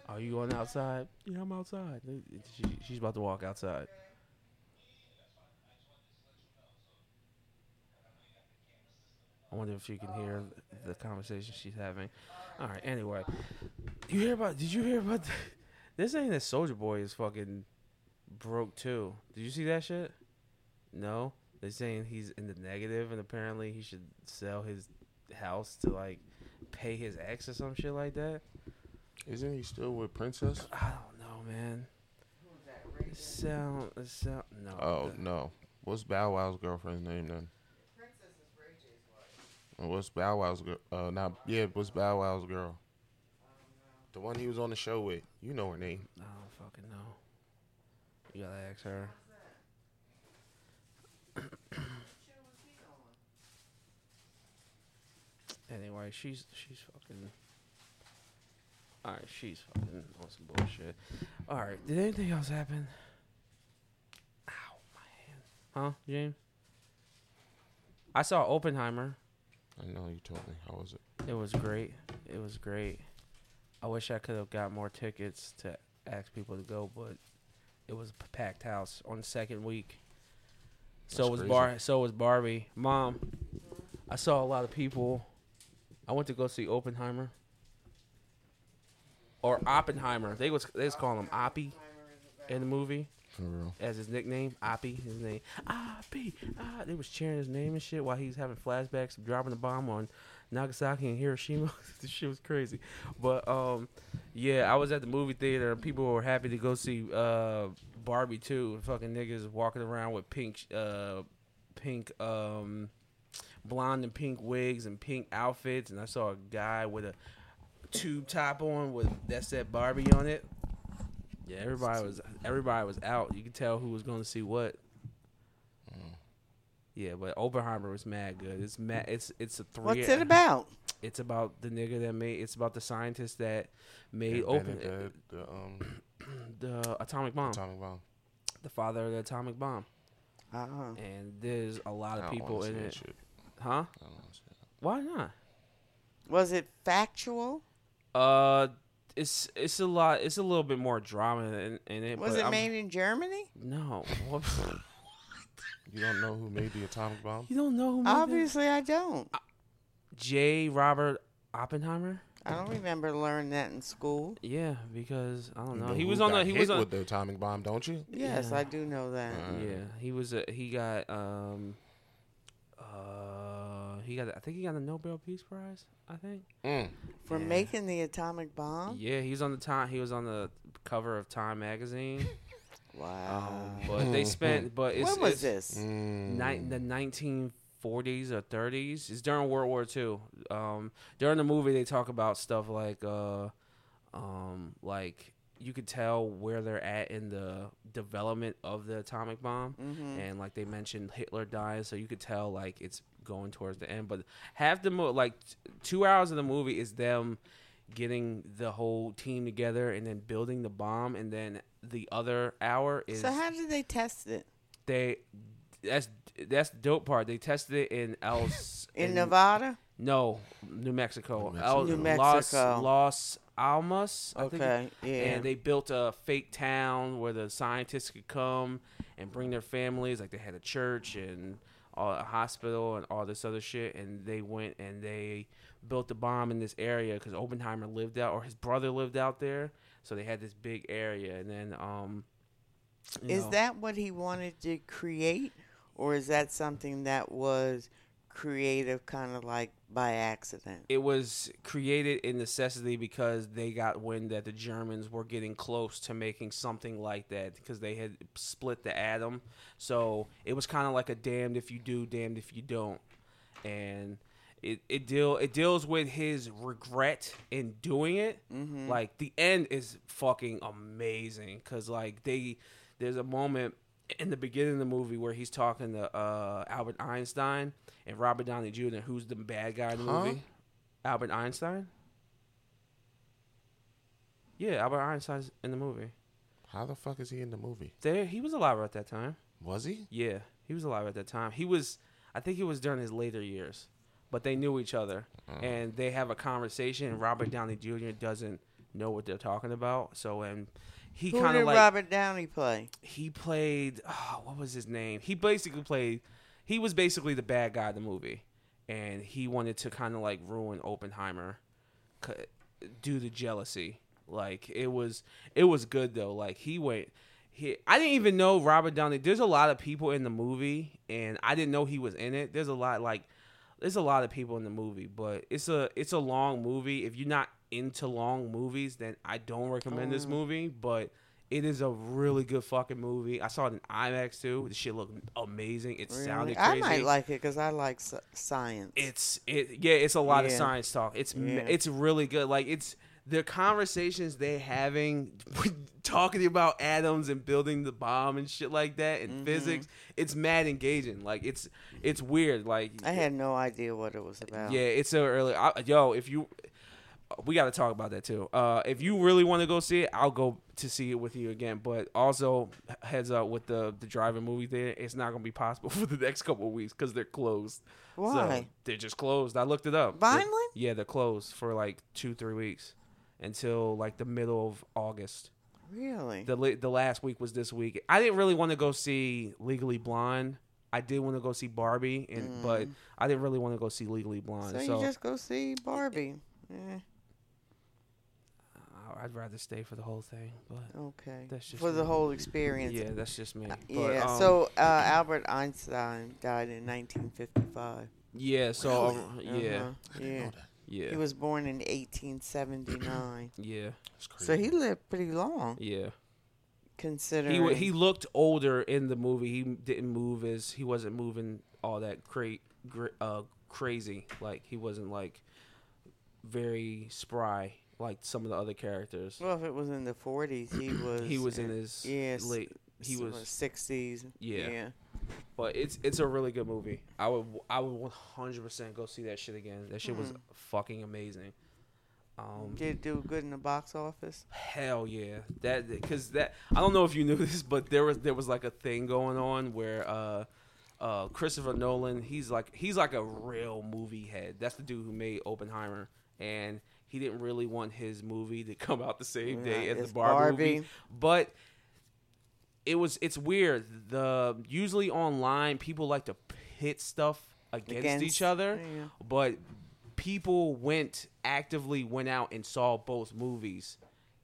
S2: Are you going outside? Yeah, I'm outside. She, she's about to walk outside. I wonder if you can hear the conversation she's having. All right. Anyway, you hear about? Did you hear about? The, this ain't that Soldier Boy is fucking broke too. Did you see that shit? No. They're saying he's in the negative, and apparently he should sell his house to like pay his ex or some shit like that.
S4: Isn't he still with Princess?
S2: I don't know, man. It sound, it sound, no.
S4: Oh
S2: the-
S4: no. What's Bow Wow's girlfriend's name then? And What's Bow Wow's girl? Uh, not yeah. What's Bow Wow's girl? The one he was on the show with. You know her name.
S2: I don't fucking know. You gotta ask her. anyway, she's she's fucking. All right, she's fucking on some bullshit. All right, did anything else happen? Ow, my hand. Huh, James? I saw Oppenheimer.
S4: I know you told me. How was it?
S2: It was great. It was great. I wish I could have got more tickets to ask people to go, but it was a p- packed house on the second week. So
S4: That's
S2: was
S4: crazy.
S2: Bar. So was Barbie. Mom, I saw a lot of people. I went to go see Oppenheimer or Oppenheimer. They was they was calling him Oppie in the movie
S4: For real.
S2: as his nickname, Oppie, his name, Oppie. Ah, they was cheering his name and shit while he was having flashbacks of dropping the bomb on Nagasaki and Hiroshima. this shit was crazy. But um, yeah, I was at the movie theater. and People were happy to go see uh Barbie too. Fucking niggas walking around with pink sh- uh pink um blonde and pink wigs and pink outfits. And I saw a guy with a tube top on with that said Barbie on it. Yeah, everybody was everybody was out. You could tell who was going to see what. Yeah, but Oppenheimer was mad good. It's mad. It's it's a three.
S1: What's it about?
S2: It's about the nigga that made. It's about the scientist that made open
S4: Invented The, the um,
S2: the atomic bomb.
S4: atomic bomb.
S2: The father of the atomic bomb.
S1: Uh-huh.
S2: And there's a lot
S4: I
S2: of
S4: don't
S2: people
S4: wanna
S2: in
S4: see that
S2: it,
S4: shit.
S2: huh?
S4: I don't wanna see that.
S2: Why not?
S1: Was it factual?
S2: Uh, it's it's a lot. It's a little bit more drama in, in it.
S1: Was
S2: but
S1: it
S2: I'm- Mm-hmm.
S1: made in Germany?
S2: No, What-
S4: You don't know who made the atomic bomb?
S2: you don't know who made that?
S1: Obviously, I don't.
S2: J. Robert Oppenheimer.
S1: I don't remember learning that in school.
S2: Yeah, because I don't
S4: You
S2: know.
S4: know
S2: he
S4: who
S2: was on
S4: got
S2: the. He
S4: hit
S2: was on.
S4: with the atomic bomb, don't you?
S1: Yes, I do know that.
S2: Yeah, he was. A, he got. Um, uh, he got. I think he got a Nobel Peace Prize. I think.
S4: Mm.
S1: For making the atomic bomb?
S2: Yeah, he was on the time. He was on the cover of Time magazine.
S1: Wow.
S2: But they spent. But uh, it's,
S1: when was
S2: it's
S1: this?
S2: Ni- the
S1: Hmm.
S2: nineteen forties or thirties. It's during World War Two. Um, during the movie, they talk about stuff like, uh, um, like you could tell where they're at in the development of the atomic bomb,
S1: Mm-hmm.
S2: and like they mentioned Hitler dying, so you could tell like it's going towards the end. But half the mo like t- two hours of the movie is them getting the whole team together and then building the bomb, and then the other hour is
S1: So how did they test it?
S2: they that's that's the dope part. They tested it in El
S1: In, Nevada?
S2: No, New Mexico. El,
S1: New
S2: Los,
S1: Mexico.
S2: Los Almas. I think it-
S1: Okay, yeah.
S2: And they built a fake town where the scientists could come and bring their families. Like they had a church and all, a hospital and all this other shit. And they went and they built the bomb in this area because Oppenheimer lived out or his brother lived out there. So they had this big area. And then, um, you
S1: Is
S2: know,
S1: that what he wanted to create? Or is that something that was creative, kind of like by accident.
S2: it was created in necessity because they got wind that the Germans were getting close to making something like that because they had split the atom. So it was kind of like a damned if you do, damned if you don't. And it, it deal it deals with his regret in doing it. Like the end is fucking amazing because like they there's a moment in the beginning of the movie where he's talking to uh, Albert Einstein and Robert Downey Jr., who's the bad guy in the
S4: Huh?
S2: movie. Albert Einstein. Yeah, Albert Einstein's in the movie.
S4: How the fuck is he in the movie?
S2: There, he was alive at that time.
S4: Was he?
S2: Yeah, he was alive at that time. He was, I think he was during his later years, but they knew each other and they have a conversation. And Robert Downey Jr. doesn't know what they're talking about, so and he
S1: Who
S2: kind
S1: did
S2: of like
S1: Robert Downey play?
S2: he played oh, what was his name? He basically played he was basically the bad guy of the movie, and he wanted to kind of like ruin Oppenheimer c- due to jealousy. Like it was it was good though. Like he went. He, I didn't even know Robert Downey. There's a lot of people in the movie, and I didn't know he was in it. There's a lot like there's a lot of people in the movie, but it's a it's a long movie. If you're not into long movies, then I don't recommend
S1: Mm.
S2: this movie. But it is a really good fucking movie. I saw it in IMAX too. The shit looked amazing. It
S1: Really?
S2: sounded
S1: I
S2: crazy.
S1: might like it because I like s- science.
S2: it's it yeah. It's a lot of
S1: Yeah.
S2: science talk. It's ma-
S1: Yeah.
S2: it's really good. Like it's the conversations they having, talking about atoms and building the bomb and shit like that and
S1: Mm-hmm.
S2: physics. It's mad engaging. Like it's it's weird. Like
S1: I had no idea what it was about.
S2: yeah, it's so early. I, yo, if you, we got to talk about that too. Uh, if you really want to go see it, I'll go to see it with you again. But also, h- heads up with the the driving movie theater, it's not gonna be possible for the next couple of weeks because they're closed. So,
S1: Why?
S2: they're just closed. I looked it up. They're-
S1: Vineland?
S2: yeah, they're closed for like two three weeks until like the middle of August
S1: Really?
S2: the la- the last week was this week. I didn't really want to go see Legally Blonde. I did want to go see Barbie, and but I didn't really want to go see Legally Blonde.
S1: Mm. so,
S2: So,
S1: you just go see Barbie. Eh,
S2: I- I'd rather stay for the whole thing. But
S1: okay.
S2: That's just
S1: For the
S2: me.
S1: whole experience.
S2: yeah, that's just me. But,
S1: Yeah,
S2: um,
S1: so uh, Albert Einstein died in 1955.
S2: yeah, so um, yeah,
S1: Uh-huh, yeah.
S2: yeah,
S1: He was born in 1879.
S2: yeah,
S4: That's crazy.
S1: so he lived pretty long,
S2: yeah.
S1: considering.
S2: He wa- he looked older in the movie. He didn't move as he wasn't moving all that cra- gra- uh, crazy. Like he wasn't like very spry like some of the other characters.
S1: well, if it was in the 40s, he was.
S2: he was in his
S1: yeah, s-
S2: late he
S1: so, uh,
S2: was
S1: 60s.
S2: Yeah.
S1: yeah.
S2: but it's it's a really good movie i would i would 100% go see that shit again that shit
S1: Mm-hmm.
S2: was fucking amazing um
S1: Did it do good in the box office?
S2: hell yeah that because that i don't know if you knew this but there was there was like a thing going on where uh uh christopher nolan he's like he's like a real movie head that's the dude who made oppenheimer and he didn't really want his movie to come out the same day
S1: Yeah,
S2: as
S1: it's
S2: the barbie, movie
S1: Barbie.
S2: but it was it's weird. The usually online people like to pit stuff against,
S1: Against-
S2: each other,
S1: yeah.
S2: but people went actively went out and saw both movies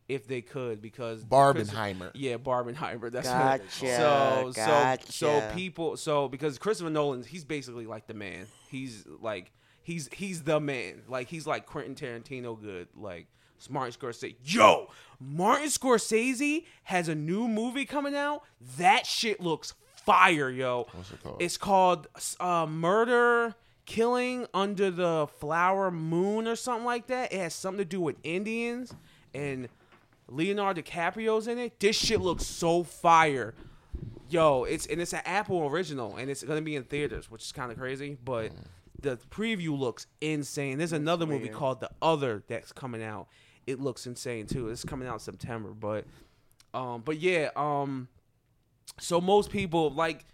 S2: if they could because
S4: Barbenheimer.
S2: yeah, Barbenheimer. That's
S1: Gotcha,
S2: what. So so so
S1: gotcha.
S2: people so because Christopher Nolan, he's basically like the man. He's like he's he's the man. Like he's like Quentin Tarantino good. Like it's Martin Scorsese. Yo, Martin Scorsese has a new movie coming out. That shit looks fire, yo.
S4: What's it called?
S2: It's called uh, Murder Killing Under the Flower Moon or something like that. It has something to do with Indians and Leonardo DiCaprio's in it. This shit looks so fire. Yo, it's and it's an Apple original and it's gonna be in theaters, which is kind of crazy. But the preview looks insane. There's another movie called The Other that's coming out. It looks insane too. It's coming out in September, but um, but yeah, um, so most people like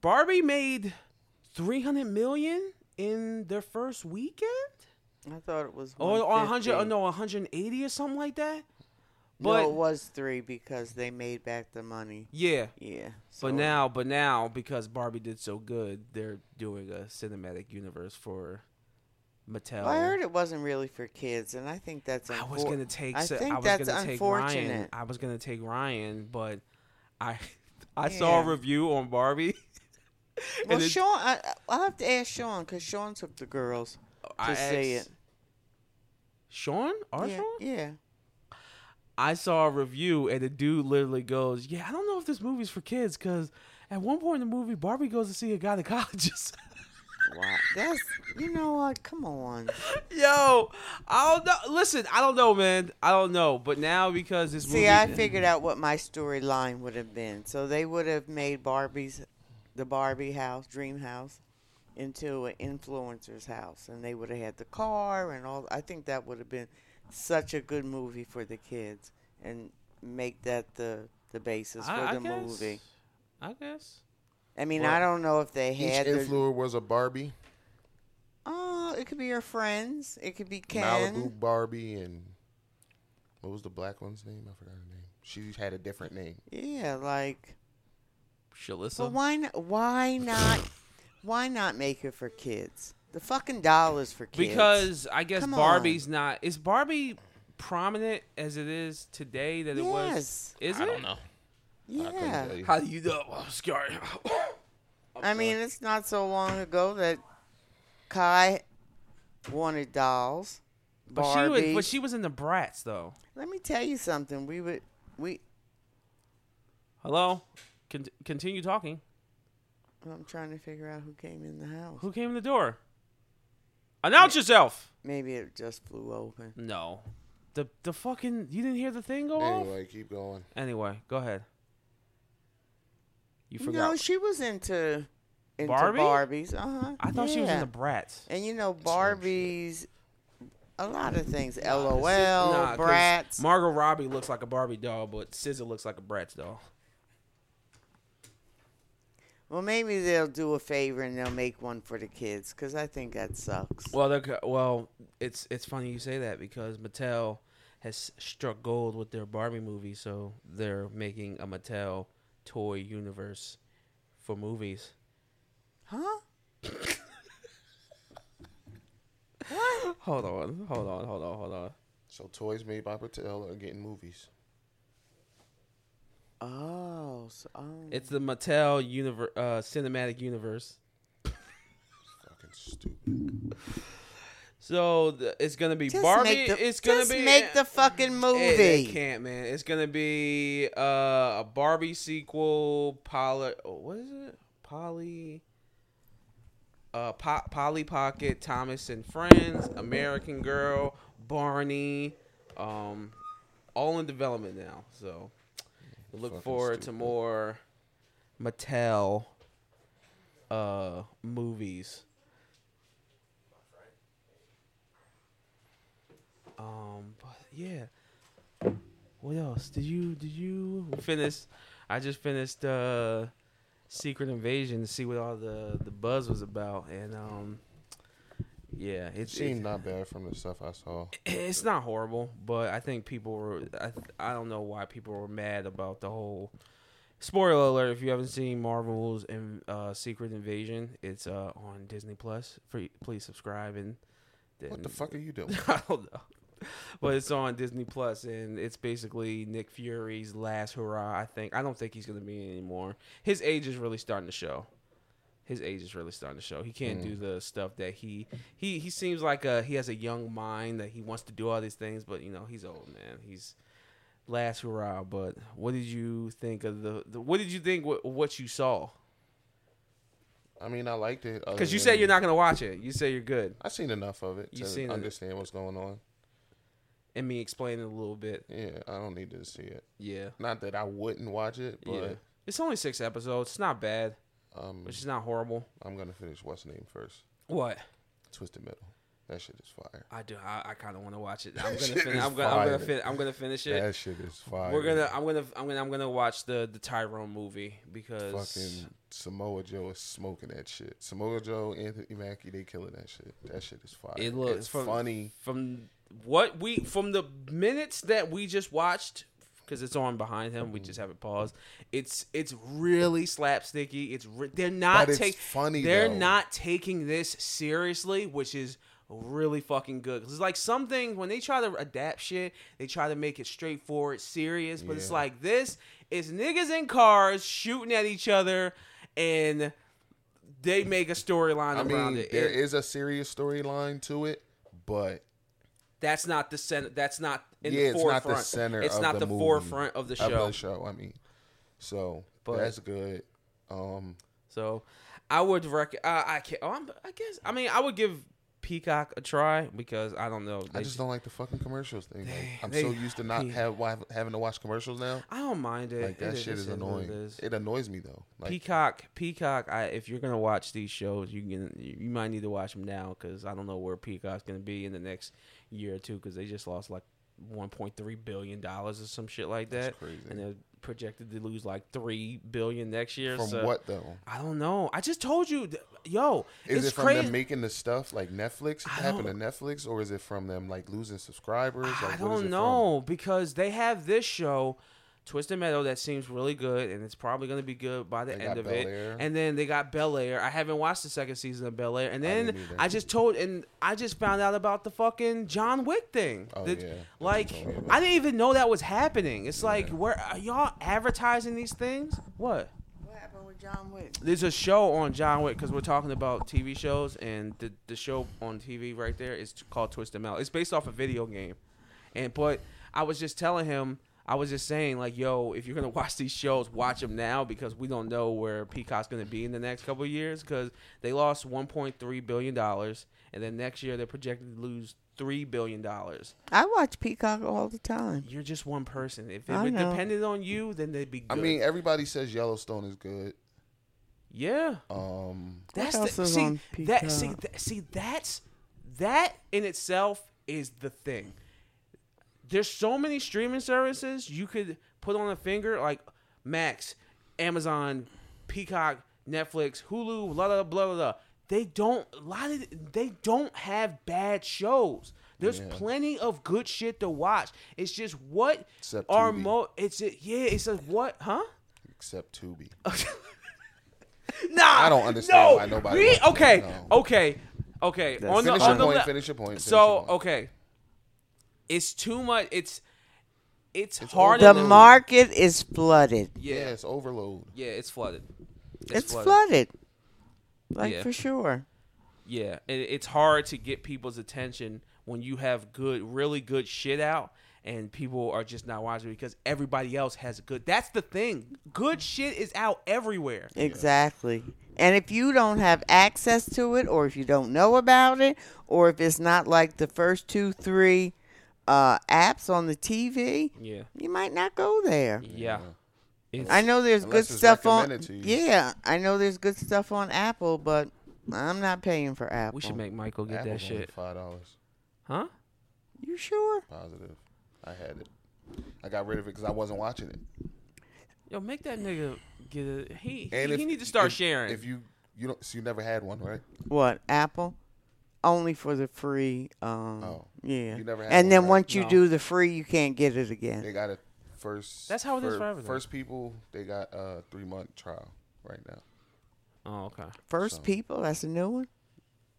S2: Barbie made 300 million in their first weekend
S1: I thought it was.
S2: or, or 100 or
S1: 150.
S2: no 180 or something like that
S1: No,
S2: but
S1: it was three because they made back the money.
S2: yeah
S1: Yeah. so-
S2: but now but now because Barbie did so good they're doing a cinematic universe for Mattel
S1: Well, I heard it wasn't really for kids, and I think that's.
S2: I was
S1: unfor-
S2: gonna take.
S1: I
S2: Sa-
S1: think
S2: was
S1: that's
S2: gonna take Ryan.
S1: unfortunate.
S2: I was gonna take Ryan, but I I saw a
S1: Yeah.
S2: review on Barbie.
S1: well,
S2: it-
S1: Sean, I, I- I'll have to ask Sean because Sean took the girls.
S2: Oh, I
S1: Just say
S2: asked-
S1: it.
S2: Sean? Our
S1: Yeah,
S2: Sean?
S1: yeah.
S2: I saw a review and the dude literally goes, "Yeah, I don't know if this movie's for kids because at one point in the movie, Barbie goes to see a gynecologist."
S1: Wow. That's you know what? Come on.
S2: Yo, I don't know. Listen, I don't know, man. I don't know. But now because this movie,
S1: See, I figured out what my storyline would have been. So they would have made Barbie's, the Barbie house, dream house, into an influencer's house, and they would have had the car and all. I think that would have been such a good movie for the kids, and make that the the basis for
S2: I- I
S1: the
S2: guess-
S1: movie.
S2: I guess.
S1: I mean,
S4: Well,
S1: I don't know if they
S4: Each
S1: had. the,
S4: influencer was a Barbie,
S1: oh, it could be your friends. It could be Ken.
S4: Malibu Barbie, and what was the black one's name? I forgot her name. She had a different name.
S1: Yeah, like.
S2: Shalissa.
S1: But why not? Why not? why not make it for kids? The fucking doll is for kids.
S2: because I guess
S1: Come
S2: Barbie's not. Is Barbie prominent as it is today that
S1: Yes.
S2: it was? Is it?
S10: I don't know.
S4: I couldn't
S1: yeah,
S4: tell you.
S2: How do you know? I'm sorry.
S1: I mean it's not so long ago that Kai wanted dolls.
S2: but she was.
S1: Barbie.
S2: But she was in the Brats though.
S1: Let me tell you something. We would we.
S2: Hello. Con- continue talking.
S1: I'm trying to figure out who came in the house.
S2: Who came in the door? Announce yourself.
S1: Maybe it just flew open.
S2: No. The the fucking you didn't hear the thing go off.
S4: Anyway, keep going.
S2: Anyway, go ahead. You forgot.
S1: No, she was into into
S2: Barbie?
S1: Barbies. Uh huh.
S2: I thought she was in
S1: Yeah.
S2: the Brats.
S1: And you know Barbies, a lot of things. LOL,
S2: Nah, 'cause
S1: brats.
S2: Margot Robbie looks like a Barbie doll, but SZA looks like a Bratz doll.
S1: well, maybe they'll do a favor and theyll make one for the kids because I think that sucks.
S2: Well, they're co- well, it's it's funny you say that because Mattel has struck gold with their Barbie movie, so they're making a Mattel toy universe for movies.
S1: huh?
S2: Hold on, hold on, hold on, hold on.
S4: So toys made by Mattel are getting movies.
S1: Oh, so, oh.
S2: It's the Mattel universe, uh, cinematic universe.
S4: Fucking stupid.
S2: So the, it's gonna be
S1: Just
S2: Barbie.
S1: make the,
S2: it's gonna
S1: just
S2: be
S1: make the fucking movie.
S2: It, can't, man. It's gonna be uh, a Barbie sequel. Poly, oh, what is it? Polly, uh, po- Polly Pocket, Thomas and Friends, American Girl, Barney, um, all in development now. So look
S4: Fucking
S2: forward to
S4: stupid.
S2: more Mattel uh movies. Um, but yeah. What else? Did you did you finish? I just finished uh, Secret Invasion to see what all the the buzz was about, and um, yeah,
S4: It
S2: it's
S4: seemed
S2: it's,
S4: not bad from the stuff I saw.
S2: it's not horrible, but I think people were I th- I don't know why people were mad about the whole. Spoiler alert! If you haven't seen Marvel's and uh, Secret Invasion, it's uh, on Disney Plus. Free, please subscribe and. Then
S4: What the fuck are you doing?
S2: I don't know. But it's on Disney Plus, and it's basically Nick Fury's last hurrah. I think I don't think he's gonna be in anymore. His age is really starting to show. His age is really starting to show. He can't do the stuff that he he he seems like uh he has a young mind that he wants to do all these things, but you know he's old man. He's last hurrah. But what did you think of the, the what did you think what, what you saw?
S4: I mean, I liked it. other
S2: Because you
S4: than-
S2: said you're not gonna watch it. You say you're good.
S4: I seen enough of it
S2: You
S4: to
S2: seen it.
S4: understand what's going on.
S2: And me explaining a little bit.
S4: Yeah, I don't need to see it.
S2: Yeah.
S4: Not that I wouldn't watch it,
S2: yeah.
S4: but
S2: It's only six episodes. It's not bad,
S4: um,
S2: but it's not horrible.
S4: I'm gonna finish what's name first.
S2: What?
S4: Twisted Metal. That shit is fire.
S2: I do. I, I kind of want to watch it. I'm gonna.
S4: shit
S2: Fin-
S4: is
S2: I'm gonna. I'm gonna,
S4: fire.
S2: fin- I'm gonna finish it.
S4: That shit is fire.
S2: We're gonna. I'm gonna. I'm gonna. I'm gonna watch the the Tyrone movie because
S4: fucking Samoa Joe is smoking that shit. Samoa Joe, Anthony Mackie, they killing that shit. That shit is fire.
S2: it looks
S4: It's
S2: from,
S4: funny.
S2: from what we from the minutes that we just watched because it's on behind him. We just have it paused. It's it's really slapsticky. It's re- they're not
S4: But it's
S2: taking
S4: funny,
S2: They're
S4: though.
S2: not taking this seriously, which is really fucking good. 'Cause it's like something when they try to adapt shit, they try to make it straightforward, serious. But it's
S4: Yeah.
S2: like this is niggas in cars shooting at each other and they make a storyline
S4: I
S2: around
S4: mean,
S2: it.
S4: there
S2: It-
S4: is a serious storyline to it, but
S2: That's not the center. That's not in
S4: yeah,
S2: the
S4: it's not
S2: forefront.
S4: the center.
S2: It's
S4: of
S2: not
S4: the,
S2: the,
S4: movie,
S2: forefront of the show.
S4: Of the show, I mean, so
S2: But-
S4: that's good. Um,
S2: So, I would rec. Uh, I can. Oh, I'm, I guess. I mean, I would give Peacock a try because I don't know.
S4: I
S2: They-
S4: just don't like the fucking commercials thing. Like, I'm
S2: they-
S4: so used to not
S2: yeah.
S4: have wa- having to watch commercials now.
S2: I don't mind it.
S4: Like that
S2: It
S4: shit is
S2: it what
S4: annoying.
S2: It
S4: It,
S2: is.
S4: annoys me though. Like,
S2: Peacock, Peacock. I, if you're gonna watch these shows, you can you might need to watch them now because I don't know where Peacock's gonna be in the next year or two because they just lost like 1.3 billion dollars or some shit like that,
S4: crazy.
S2: and they're projected to lose like three billion next year.
S4: from
S2: so-
S4: what though?
S2: I don't know. I just told you, th- yo,
S4: Is
S2: it's
S4: it from
S2: crazy.
S4: them making the stuff like Netflix
S2: I
S4: happen to
S2: don't-
S4: Netflix, or is it from them like losing subscribers?
S2: I
S4: Like, what is it
S2: don't
S4: from?
S2: know because they have this show, Twisted Metal, that seems really good, and it's probably going to be good by the
S4: They
S2: end
S4: got
S2: of
S4: Bel
S2: it.
S4: Air.
S2: And then they got Bel Air. I haven't watched the second season of Bel Air, and then
S4: didn't either.
S2: I, just told, and I just found out about the fucking John Wick thing.
S4: Oh,
S2: The-
S4: yeah. That's what
S2: like
S4: you told me about.
S2: I didn't even know that was happening. It's like, where are y'all advertising these things? What?
S1: What happened with John Wick?
S2: There's a show on John Wick because we're talking about TV shows, and the, the show on TV right there is t- called Twisted Metal. It's based off a video game, and but I was just telling him, I was just saying like, yo, if you're gonna watch these shows, watch them now because we don't know where Peacock's gonna be in the next couple of years because they lost 1.3 billion dollars, and then next year they're projected to lose three billion dollars.
S1: I watch Peacock all the time.
S2: You're just one person. If
S1: I
S2: it
S1: know.
S2: depended on you, then they'd be.
S4: I
S2: Good.
S4: mean, everybody says Yellowstone is good.
S2: yeah.
S4: Um,
S2: That's
S1: else
S2: the,
S1: is
S2: see,
S1: on
S2: that see
S1: Peacock?
S2: that, see that's that in itself is the thing. There's so many streaming services you could put on a finger like Max, Amazon, Peacock, Netflix, Hulu, blah blah blah blah. blah. They don't a lot of they don't have bad shows. There's plenty of good shit to watch. It's just what
S4: Except
S2: are
S4: Tubi.
S2: mo it's a, yeah, it's a what, huh?
S4: except Tubi.
S2: Nah,
S4: I don't understand
S2: no,
S4: why nobody
S2: we-
S4: wants to
S2: okay,
S4: know.
S2: okay, okay. On the,
S4: finish
S2: on
S4: your
S2: the
S4: point.
S2: le-
S4: finish your point. finish your
S2: so
S4: point.
S2: okay, it's too much. It's it's, hard.
S1: The
S2: enough-
S1: market is flooded.
S2: Yeah,
S4: yeah, it's overload.
S2: yeah, it's flooded.
S1: It's, flooded. Like
S2: Yeah.
S1: for sure.
S2: Yeah, it, it's hard to get people's attention when you have good, really good shit out, and people are just not watching because everybody else has good. That's the thing. Good shit is out everywhere.
S1: Exactly. And if you don't have access to it, or if you don't know about it, or if it's not like the first two, three uh, apps on the TV,
S2: Yeah,
S1: you might not go there.
S2: yeah. It's,
S1: I know there's
S4: Unless
S1: good
S4: it's
S1: stuff on.
S4: recommended to you.
S1: Yeah, I know there's good stuff on Apple, but I'm not paying for Apple.
S2: We should make Michael get that
S4: Apple's only
S2: shit,
S4: Five dollars
S2: huh?
S1: You sure?
S4: positive. I had it. I got rid of it because I wasn't watching it.
S2: Yo, make that nigga get a he.
S4: And
S2: he,
S4: if,
S2: he need to start
S4: if-
S2: sharing.
S4: If you you don't, so you never had one, right?
S1: What Apple? Only for the free. Um,
S4: Oh.
S1: yeah.
S4: You never had
S1: and
S4: one,
S1: then
S4: right?
S1: once you
S2: No.
S1: do the free, you can't get it
S4: They
S1: again.
S4: got a first.
S2: That's how it
S4: it
S2: is
S4: is
S2: for everything.
S4: First people, they got a three month trial right now.
S2: oh, okay.
S1: First
S4: So-
S1: people. That's a new one.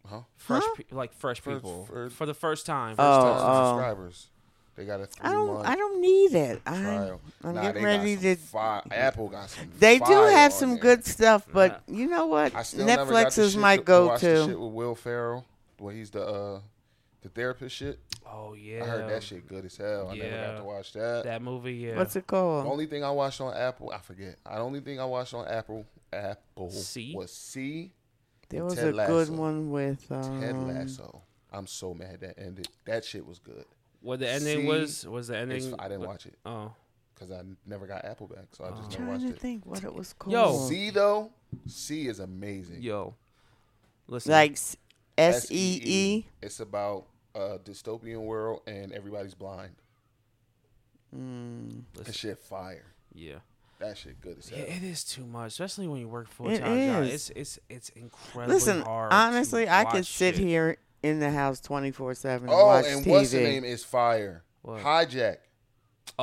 S4: Huh?
S2: Fresh,
S1: Huh?
S2: pe- like fresh
S4: For-
S2: people for,
S4: for-
S2: the first time.
S1: Oh,
S4: Thousand
S1: oh.
S4: subscribers. They got a three
S1: I don't.
S4: month
S1: I don't need it. I,
S4: trial.
S1: I'm
S4: Nah,
S1: getting
S4: they got
S1: ready
S4: some
S1: to.
S4: Fire. Apple got some.
S1: They do
S4: fire
S1: have
S4: on
S1: some
S4: there.
S1: good stuff, but you know what?
S4: I still never got
S1: Netflix
S4: the
S1: is
S4: shit
S1: my
S4: to- to watch the
S1: go-to.
S4: Shit with Will Ferrell, where he's the uh, the therapist shit.
S2: oh yeah.
S4: I heard that shit good as hell. I never
S2: Yeah.
S4: got to watch that.
S2: That movie, yeah.
S1: What's it called?
S4: The only thing I watched on Apple, I forget. The only thing I watched on Apple, Apple
S2: C?
S4: was C.
S1: there was
S4: Ted
S1: a good
S4: Lasso.
S1: one with. Um,
S4: Ted Lasso. I'm so mad that ended. That shit was good.
S2: What the ending
S4: See,
S2: was? Was the
S4: It's-
S2: ending?
S4: I didn't
S2: what-
S4: watch it
S2: Oh,
S4: because I never got Apple back, so I just
S1: I'm
S4: never
S1: trying
S4: watched
S1: to
S4: it.
S1: think what it was called.
S2: Yo.
S4: C though, C is amazing.
S2: yo. Listen,
S1: like S E E.
S4: S.E.E.. It's about a dystopian world and everybody's blind.
S1: Mm.
S4: That shit fire.
S2: yeah.
S4: That shit good as
S2: Yeah,
S4: hell.
S2: it is too much, especially when you work full
S1: It
S2: time. job.
S1: is.
S2: It's it's it's incredibly
S1: Listen,
S2: hard. to
S1: honestly, I could
S2: watch
S1: sit
S2: shit.
S1: here in the house 24 7 and
S4: oh,
S1: watch
S4: and
S1: TV.
S4: what's the name is fire.
S2: What?
S4: Hijack.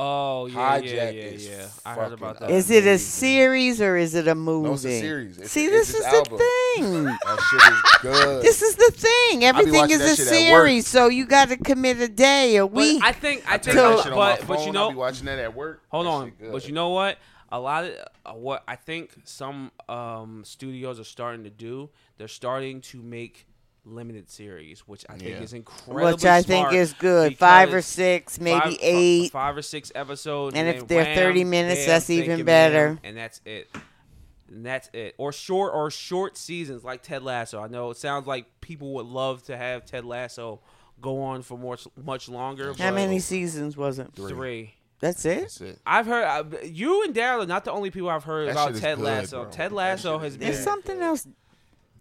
S2: Oh yeah, yeah,
S4: Hijack
S2: yeah,
S4: is
S2: yeah. I heard about
S4: fucking
S2: that.
S1: Is it a
S4: Amazing.
S1: series or is it a movie?
S4: No, it's a series. It's-
S1: See,
S4: it's
S1: this is
S4: his
S1: the
S4: album.
S1: thing.
S4: That shit is good.
S1: This is the thing. Everything
S4: watching
S1: is
S4: that
S1: a
S4: shit at work.
S1: series, so you got to commit a day, a
S2: But
S1: week.
S2: I think I think,
S4: Turn that
S2: I-
S4: shit on my
S2: but but
S4: phone,
S2: you
S4: I be
S2: know,
S4: watching that at work.
S2: Hold
S4: That
S2: on,
S4: shit good.
S2: but you know what? a lot of uh, what I think some um, studios are starting to do, they're starting to make limited series, which I think
S4: Yeah.
S2: is incredible.
S1: Which I think is good. Five or six, maybe
S2: five-
S1: eight.
S2: five or six episodes.
S1: And if
S2: then
S1: they're
S2: wham,
S1: 30 minutes,
S2: bam,
S1: that's
S2: thank
S1: even
S2: you,
S1: better.
S2: ma'am, And that's it. And that's it. Or short or short seasons like Ted Lasso. I know it sounds like people would love to have Ted Lasso go on for more much longer.
S1: How
S2: but
S1: many seasons was it?
S2: Three.
S1: That's it.
S4: That's it.
S2: I've heard I, you and Daryl are not the only people I've heard
S4: That
S2: about
S4: shit is
S2: Ted
S4: good,
S2: Lasso.
S4: bro.
S2: Ted
S4: That
S2: Lasso
S4: shit
S2: has
S4: is
S2: been
S1: There's something else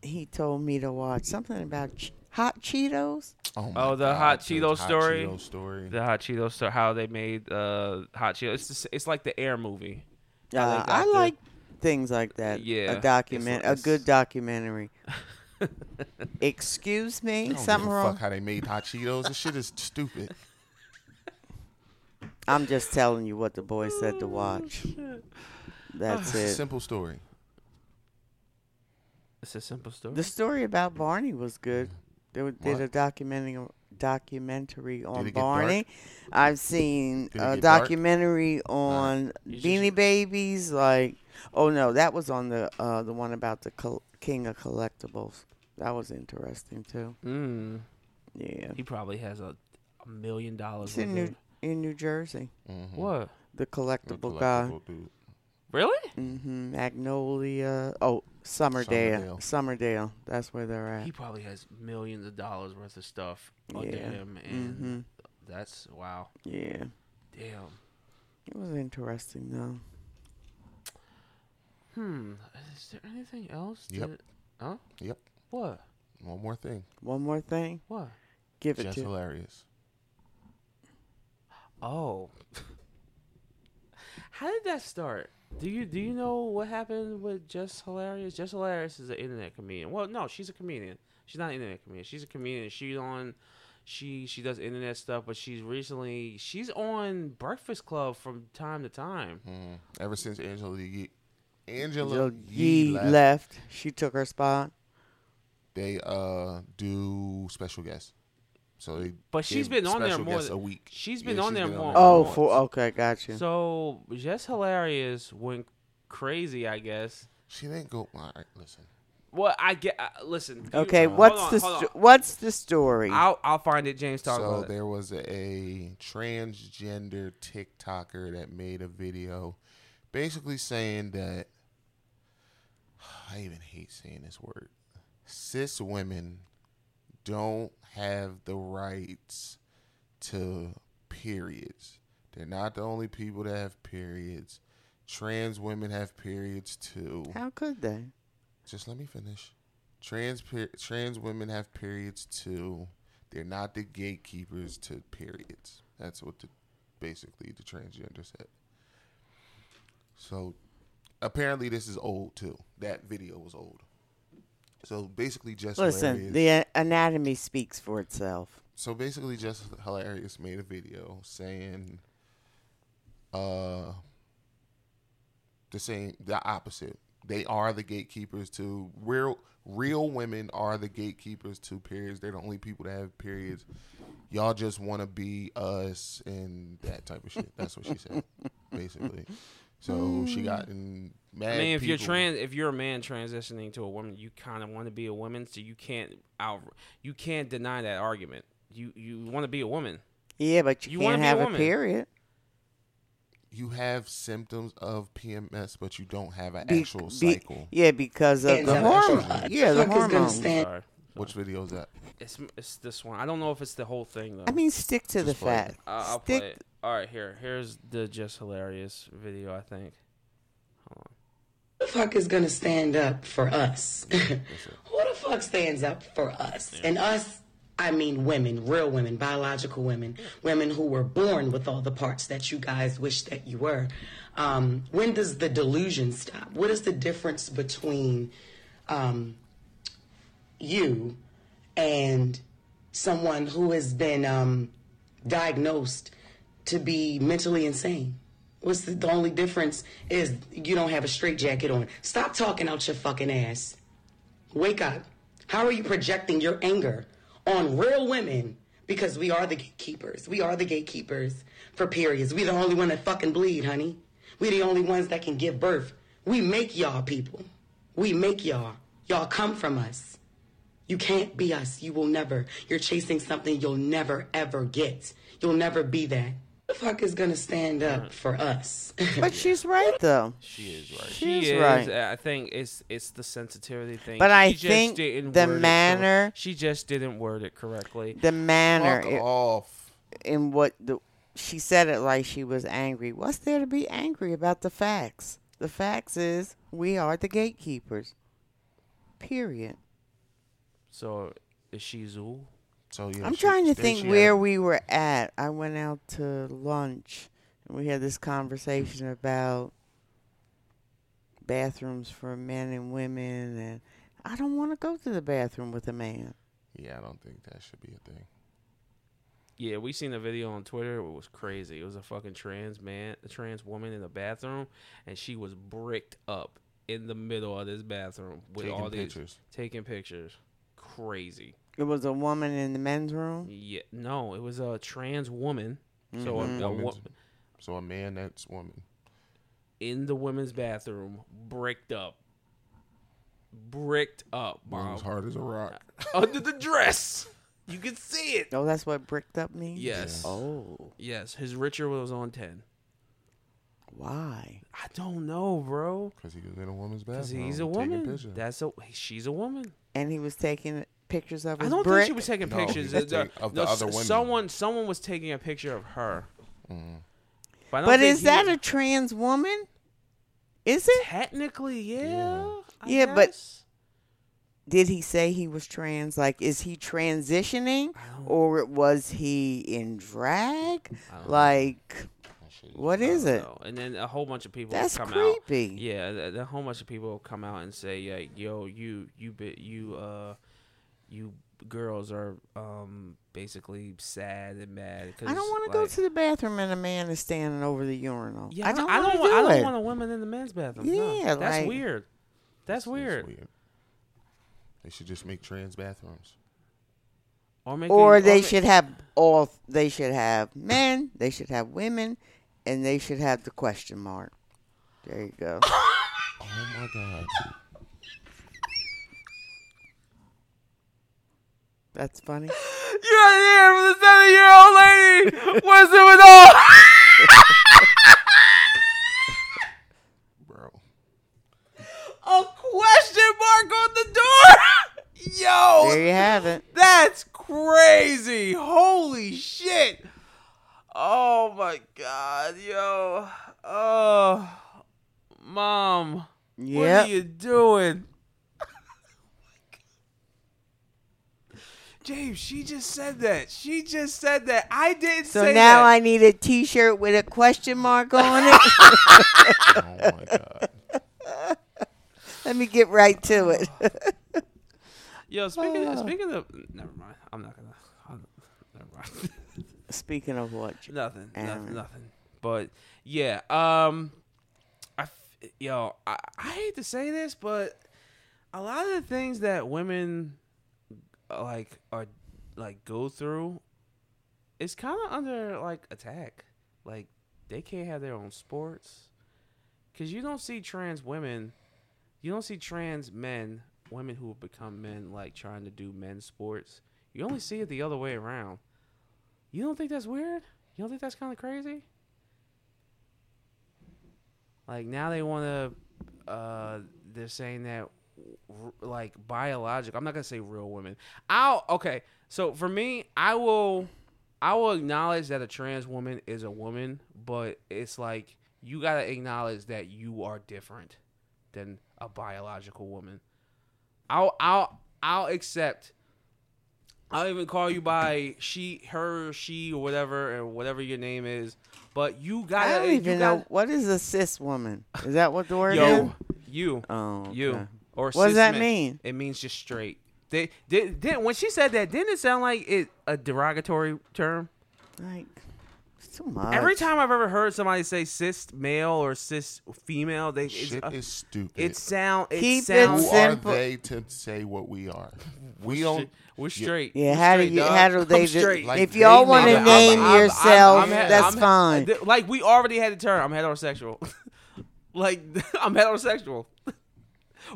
S1: he told me to watch. Something about ch- hot Cheetos.
S4: Oh,
S2: Oh, the hot
S4: dude,
S2: Cheeto story?
S4: Cheeto story.
S2: the Hot Cheetos. So how they made uh, Hot Cheetos. It's, the s- it's like the Air movie.
S1: Uh, I,
S2: like
S1: like,
S2: that, too.
S1: things like that.
S2: Yeah,
S1: a document,
S2: it's-
S1: a good documentary. Excuse me,
S4: I don't
S1: something
S4: give a
S1: wrong.
S4: fuck how they made hot Cheetos. This shit is stupid.
S1: I'm just telling you what the boy said to
S2: Oh,
S1: watch. That's
S4: It's a
S1: it.
S4: Oh, simple story.
S2: It's a simple story.
S1: The story about Barney was good. They w- did
S4: What?
S1: a documentary documentary on
S4: it get dark?
S1: Barney. I've seen
S4: Did it
S1: a
S4: get dark?
S1: documentary on
S2: You
S1: Beanie
S2: just-
S1: Babies. Like, oh no, that was on the uh, the one about the col- King of Collectibles. That was interesting too.
S2: mm,
S1: Yeah,
S2: he probably has a, a million dollars.
S1: it's in
S2: worth
S1: New
S2: of-
S1: in New Jersey.
S2: What?
S1: The
S4: The
S1: collectible,
S4: collectible dude.
S2: Really?
S1: guy, hmm Magnolia. Oh, Summerdale.
S4: Summerdale.
S1: Summerdale. That's where they're at.
S2: He probably has millions of dollars worth of stuff under
S1: Yeah. Mm-hmm.
S2: him, and that's wow.
S1: Yeah,
S2: Damn.
S1: it was interesting though.
S2: Hmm. Is there anything else?
S4: Yep.
S2: that- huh?
S4: Yep.
S2: What?
S4: One more thing.
S1: One more thing.
S2: What?
S1: Give it
S4: Just
S1: to
S4: hilarious.
S2: Oh. How did that start? Do you do you know what happened with Just Hilarious? Just Hilarious is an internet comedian. Well, no, she's a comedian. She's not an internet comedian. She's a comedian. She's on she she does internet stuff, but she's recently she's on Breakfast Club from time to time.
S4: Mm. Ever since Angela Yee, Angela
S1: Jill
S4: Yee
S1: Yee
S4: left,
S1: left. She took her spot.
S4: they uh do special guests. So they
S2: But she's
S4: give
S2: been on there
S4: special
S2: more
S4: guests
S2: than-
S4: a week.
S2: she's been on there more.
S1: Oh,
S2: Oh,
S1: for okay, got you.
S2: So Just Hilarious went crazy, I guess.
S4: she didn't go. All right, listen.
S2: Well, I get. Uh, listen. you-
S1: okay,
S2: hold
S1: what's
S2: on,
S1: the
S2: hold on.
S1: sto- what's the story?
S2: I'll I'll find it. James talk
S4: so
S2: about it.
S4: there was a transgender TikToker that made a video, basically saying that I even hate saying this word. Cis women don't have the rights to periods. They're not the only people that have periods. Trans women have periods too.
S1: How could they?
S4: Just let me finish. Trans per- trans women have periods too. They're not the gatekeepers to periods. That's what the basically the transgender said. So apparently this is old too. That video was old. So basically just
S1: Listen,
S4: hilarious.
S1: the a- anatomy speaks for itself.
S4: so basically just hilarious made a video saying uh the same the opposite they are the gatekeepers to real real women are the gatekeepers to periods they're the only people that have periods y'all just want to be us and that type of shit that's what she said basically so she got in mad
S2: I mean, if you're
S4: people.
S2: trans, if you're a man transitioning to a woman, you kind of want to be a woman, so you can't out, you can't deny that argument. You you want to be a woman.
S1: Yeah, but you,
S2: You wanna
S1: can't
S2: be a
S1: have a,
S2: woman.
S1: period
S4: you have symptoms of pms but you don't have an
S1: Be-
S4: actual
S1: be-
S4: cycle
S1: Yeah, because of the hormone. Yeah, the hormone.
S2: Sorry.
S4: which video is that
S2: It's it's this one. I don't know if it's the whole thing though.
S1: I mean, stick to the
S4: play it.
S1: fact.
S2: I- I'll
S1: stick.
S2: play. It. All right, here here's the just hilarious video. I think.
S9: Who the fuck is gonna stand up for us? Who the fuck stands up for us? And us, I mean women, real women, biological women, women who were born with all the parts that you guys wish that you were. Um, when does the delusion stop? What is the difference between um, you and someone who has been um, diagnosed to be mentally insane? What's the, the only difference is you don't have a straitjacket on. Stop talking out your fucking ass. Wake up. How are you projecting your anger on real women? Because we are the gatekeepers. We are the gatekeepers for periods. We the only one that fucking bleed, honey. We the only ones that can give birth. We make y'all people. We make y'all. Y'all come from us. You can't be us. You will never. You're chasing something you'll never ever get. You'll never be that. Who The fuck is gonna stand up for us?
S1: But she's right though.
S2: She is right.
S1: She is right.
S2: I think it's it's the sensitivity thing.
S1: But I
S2: She just
S1: think
S2: didn't
S1: the
S2: word it cor-
S1: manner-
S2: she just didn't word it correctly.
S1: The manner
S2: Fuck
S1: it-
S4: off.
S1: in what the she said it like she was angry. What's there to be angry about the facts? The facts is we are the gatekeepers. Period.
S2: So is she Zool?
S4: So yeah,
S1: I'm trying to think where we
S2: we
S1: were at. I went out to lunch and we had this conversation about bathrooms for men and women and I don't want to go to the bathroom with a man.
S4: Yeah, I don't think that should be a thing.
S2: Yeah, we seen a video on Twitter. It was crazy. It was a fucking trans man, a trans woman in the bathroom, and she was bricked up in the middle of this bathroom with
S4: Taking
S2: all these
S4: pictures.
S2: taking pictures. Crazy.
S1: It was a woman in the men's room.
S2: Yeah, no, it was a trans woman. So a, a wo-
S4: Mm-hmm. Woman's- so a man that's woman.
S2: in the women's bathroom, bricked up, bricked up,
S4: Mom.
S2: mom,
S4: As hard as a rock.
S2: under the dress. You can see it.
S1: Oh, that's what bricked up means?
S2: Yes.
S1: Oh,
S2: Yes, his Richard was on ten.
S1: why?
S2: I don't know, bro.
S4: Because he was in a woman's bathroom.
S2: Because he's a
S4: taking
S2: woman.
S4: pictures.
S2: That's a she's a woman.
S1: And he was taking pictures of his
S2: I don't
S1: brick.
S2: think she was taking
S4: No,
S2: pictures
S4: he was
S2: of the,
S4: taking- of the
S2: no,
S4: other
S2: s-
S4: women. Mm.
S2: Someone someone was taking a picture of her. I don't
S1: But
S2: think
S1: is
S2: he-
S1: that a trans woman? Is it?
S2: technically yeah? I
S1: Yeah, but-
S2: guess.
S1: Did he say he was trans? Like, is he transitioning, or was he in drag? Like, what is it?
S2: So, and then a whole bunch of people
S1: That's
S2: come
S1: creepy.
S2: out. Yeah, th- th- a whole bunch of people come out and say, like, "Yo, you, you, bit, you, uh, you girls are um basically sad and mad." Cause,
S1: I don't want
S2: like,
S1: to go to the bathroom and a man is standing over the urinal.
S2: Yeah,
S1: I don't.
S2: I don't,
S1: wanna
S2: want. I
S1: do
S2: don't
S1: it.
S2: want a woman in the men's bathroom. no.
S1: Yeah,
S2: that's
S1: like-
S2: weird. That's weird.
S4: That's weird. They should just make trans bathrooms.
S2: Or, make
S1: Or
S2: it-
S1: they
S2: ma-
S1: should have all. They should have men. They should have women, and they should have the question mark. There you go.
S4: Oh my god.
S1: That's funny.
S2: You're out here with a seven year old lady. What's it with all?
S4: Bro.
S2: a question mark on the door? Yo,
S1: There you have it.
S2: That's crazy. Holy shit. Oh my god, yo. Oh. Mom,
S1: Yep.
S2: what are you doing? James, she just said that. She just said that. I didn't
S1: So
S2: say
S1: now
S2: that.
S1: I need a T-shirt with a question mark on it.
S4: Oh my god.
S1: Let me get right to it.
S2: Yo, speaking
S1: Oh.
S2: speaking of never mind. I'm not gonna I'm, never mind.
S1: Speaking of what, J-
S2: nothing,
S1: Aaron.
S2: nothing, nothing. But yeah, um, I f- yo, I, I hate to say this, but a lot of the things that women uh, like are like go through, it's kind of under like attack. Like they can't have their own sports because you don't see trans women, you don't see trans men, women who have become men, like trying to do men's sports. You only see it the other way around. You don't think that's weird? You don't think that's kind of crazy? Like now they want to, uh, they're saying that r- like biologic. I'm not gonna say real women. I'll okay. So for me, I will, I will acknowledge that a trans woman is a woman, but it's like you gotta acknowledge that you are different than a biological woman. I'll I'll I'll accept I'll even call you by she, her, she, or whatever, and whatever your name is. But you got.
S1: I don't
S2: you
S1: even
S2: gotta-
S1: know what is a cis woman. Is that what the word is?
S2: Yo, you,
S1: Oh, okay.
S2: you, or
S1: What does
S2: cis
S1: that
S2: men.
S1: mean?
S2: It means just straight. They did, did when she said that. Didn't it sound like it a derogatory term?
S1: Like, It's too much.
S2: Every time I've ever heard somebody say cis male or cis female, they
S4: Shit
S2: it's,
S4: is stupid.
S2: It sound it
S4: Keep it
S2: sounds
S4: Who are they to say what we are? We don't.
S2: We're straight.
S1: Yeah, how do
S2: straight,
S1: you
S2: dog.
S1: how do
S2: I'm
S1: they?
S2: straight.
S1: Just,
S2: Like,
S1: if
S2: they
S1: y'all want
S2: need to-
S1: to
S2: I'm-
S1: name
S2: I'm- I'm-
S1: yourself,
S2: I'm- I'm-
S1: that's
S2: I'm-
S1: fine.
S2: th- Like we already had a term. I'm heterosexual. like I'm heterosexual.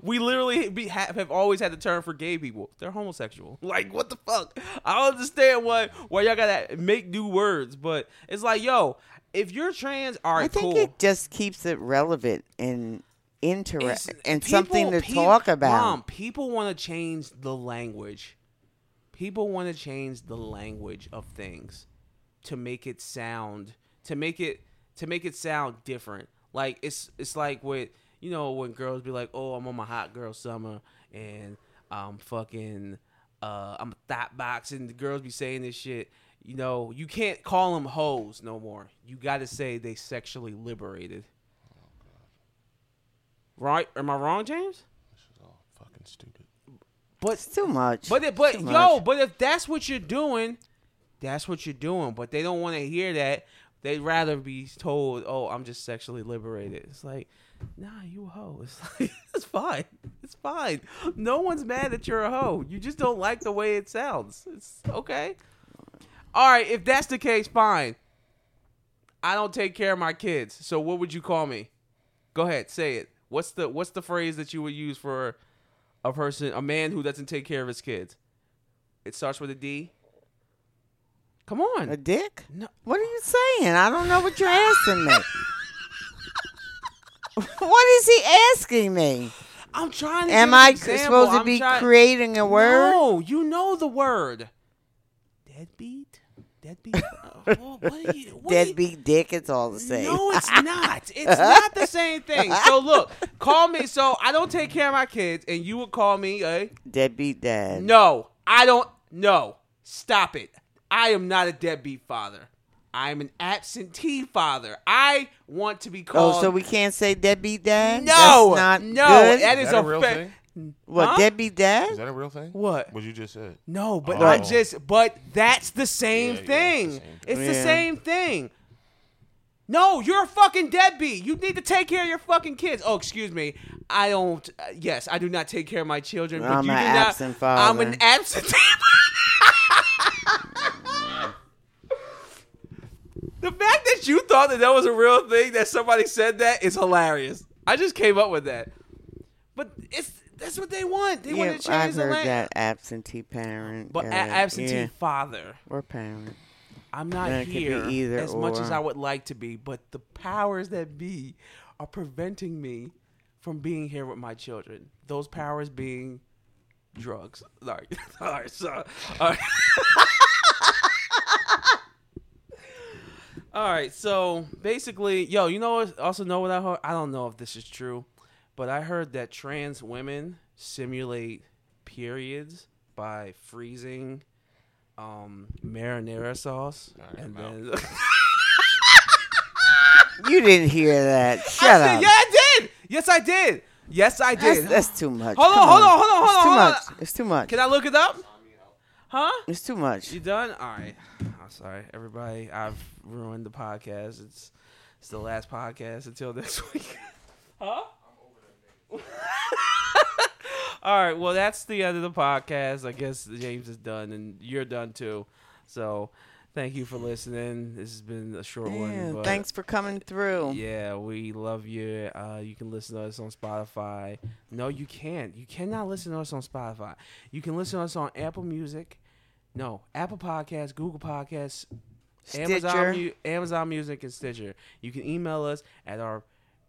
S2: We literally be, have, have always had the term for gay people. They're homosexual. Like what the fuck? I don't understand why why y'all gotta make new words, but it's like yo, if you're trans, all right,
S1: I think
S2: cool.
S1: it just keeps it relevant and
S2: It's-
S1: interesting and
S2: people-
S1: something to
S2: peop-
S1: talk about.
S2: Mom, people want to change the language. People want to change the language of things to make it sound to make it to make it sound different. Like it's it's like with you know when girls be like, "Oh, I'm on my hot girl summer and I'm fucking uh I'm a thought box," and the girls be saying this shit. You know, you can't call them hoes no more. You got to say they sexually liberated. Right? Am I wrong, James?
S4: Fucking stupid.
S2: But
S1: it's too much.
S2: But it, but
S1: Too
S2: yo,
S1: much.
S2: but if that's what you're doing, that's what you're doing. But they don't want to hear that. They'd rather be told, "Oh, I'm just sexually liberated." It's like, nah, you a hoe. It's like it's fine. It's fine. No one's mad that you're a hoe. You just don't like the way it sounds. It's okay. All right, if that's the case, fine. I don't take care of my kids. So what would you call me? Go ahead, say it. What's the what's the phrase that you would use for a person, a man who doesn't take care of his kids? It starts with a D. Come on.
S1: a dick?
S2: No.
S1: What are you saying? I don't know what you're asking me. what is he asking me?
S2: I'm trying to.
S1: Am
S2: give an
S1: I
S2: example.
S1: supposed to
S2: I'm
S1: be
S2: try-
S1: creating a word?
S2: No, you know the word. Deadbeat. Deadbeat. Uh, what are you, what are you-
S1: Deadbeat dick. It's all the same.
S2: No, it's not. It's not the same thing. So look, call me. So I don't take care of my kids, and you would call me a
S1: Deadbeat dad.
S2: no. I don't. No, stop it. I am not a deadbeat father. I am an absentee father. I want to be called.
S1: Oh, so we can't say deadbeat dad?
S2: no,
S1: That's not
S2: no.
S1: good?
S2: That is,
S4: Is that
S2: a
S4: a real
S2: fa-
S4: thing?
S1: what
S2: Huh?
S1: deadbeat dad?
S4: Is that a real thing?
S2: What?
S4: What you just said.
S2: No, but
S4: Oh.
S2: I'm just. But that's the same
S4: yeah, it's the
S2: thing.
S4: same thing.
S2: it's the
S1: Yeah.
S2: same thing. No, you're a fucking deadbeat. You need to take care of your fucking kids. Oh, excuse me. I don't. Uh, yes, I do not take care of my children. But
S1: I'm
S2: you
S1: an
S2: do
S1: absent
S2: not, I'm
S1: father.
S2: an absent. the fact that you thought that that was a real thing that somebody said that is hilarious. I just came up with that. But it's that's what they want. They
S1: Yeah,
S2: want to change
S1: I've
S2: the
S1: heard
S2: language.
S1: that absentee parent.
S2: But a-
S1: uh,
S2: absentee
S1: yeah,
S2: father,
S1: or parent.
S2: I'm not
S1: That could be
S2: here
S1: either
S2: as much as
S1: or.
S2: I would like to be, but the powers that be are preventing me from being here with my children. Those powers being drugs. Sorry, sorry, sorry. All right. All right, so basically, yo, you know, what- also know what I heard? I don't know if this is true, but I heard that trans women simulate periods by freezing um marinara sauce and then
S1: You didn't hear that.
S2: I
S1: Shut
S2: said,
S1: up.
S2: yeah, I did. Yes, I did. Yes, I did.
S1: That's, that's too much.
S2: Hold on,
S1: Come
S2: hold on, hold on, hold on, hold on.
S1: It's too much. It's too
S2: Can
S1: much.
S2: I look it up? Huh?
S1: It's too much.
S2: You done? All right. I'm sorry, everybody. I've ruined the podcast. It's it's the last podcast until next week. huh? All right. Well, that's the end of the podcast. I guess James is done, and you're done too. So, thank you for listening. This has been a short one.
S1: Yeah,
S2: But
S1: thanks for coming through.
S2: yeah, we love you. Uh, you can listen to us on Spotify. No, you can't. You cannot listen to us on Spotify. You can listen to us on Apple Music. No, Apple Podcasts, Google Podcasts, Amazon,
S1: Stitcher.
S2: Mu- Amazon Music, and Stitcher. You can email us at our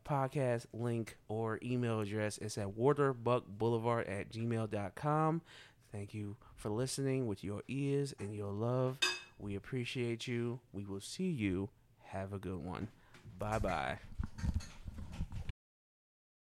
S2: podcast link or email address. It's at waterbuckboulevard at gmail.com. Thank you for listening with your ears and your love. We appreciate you. We will see you. Have a good one. Bye bye.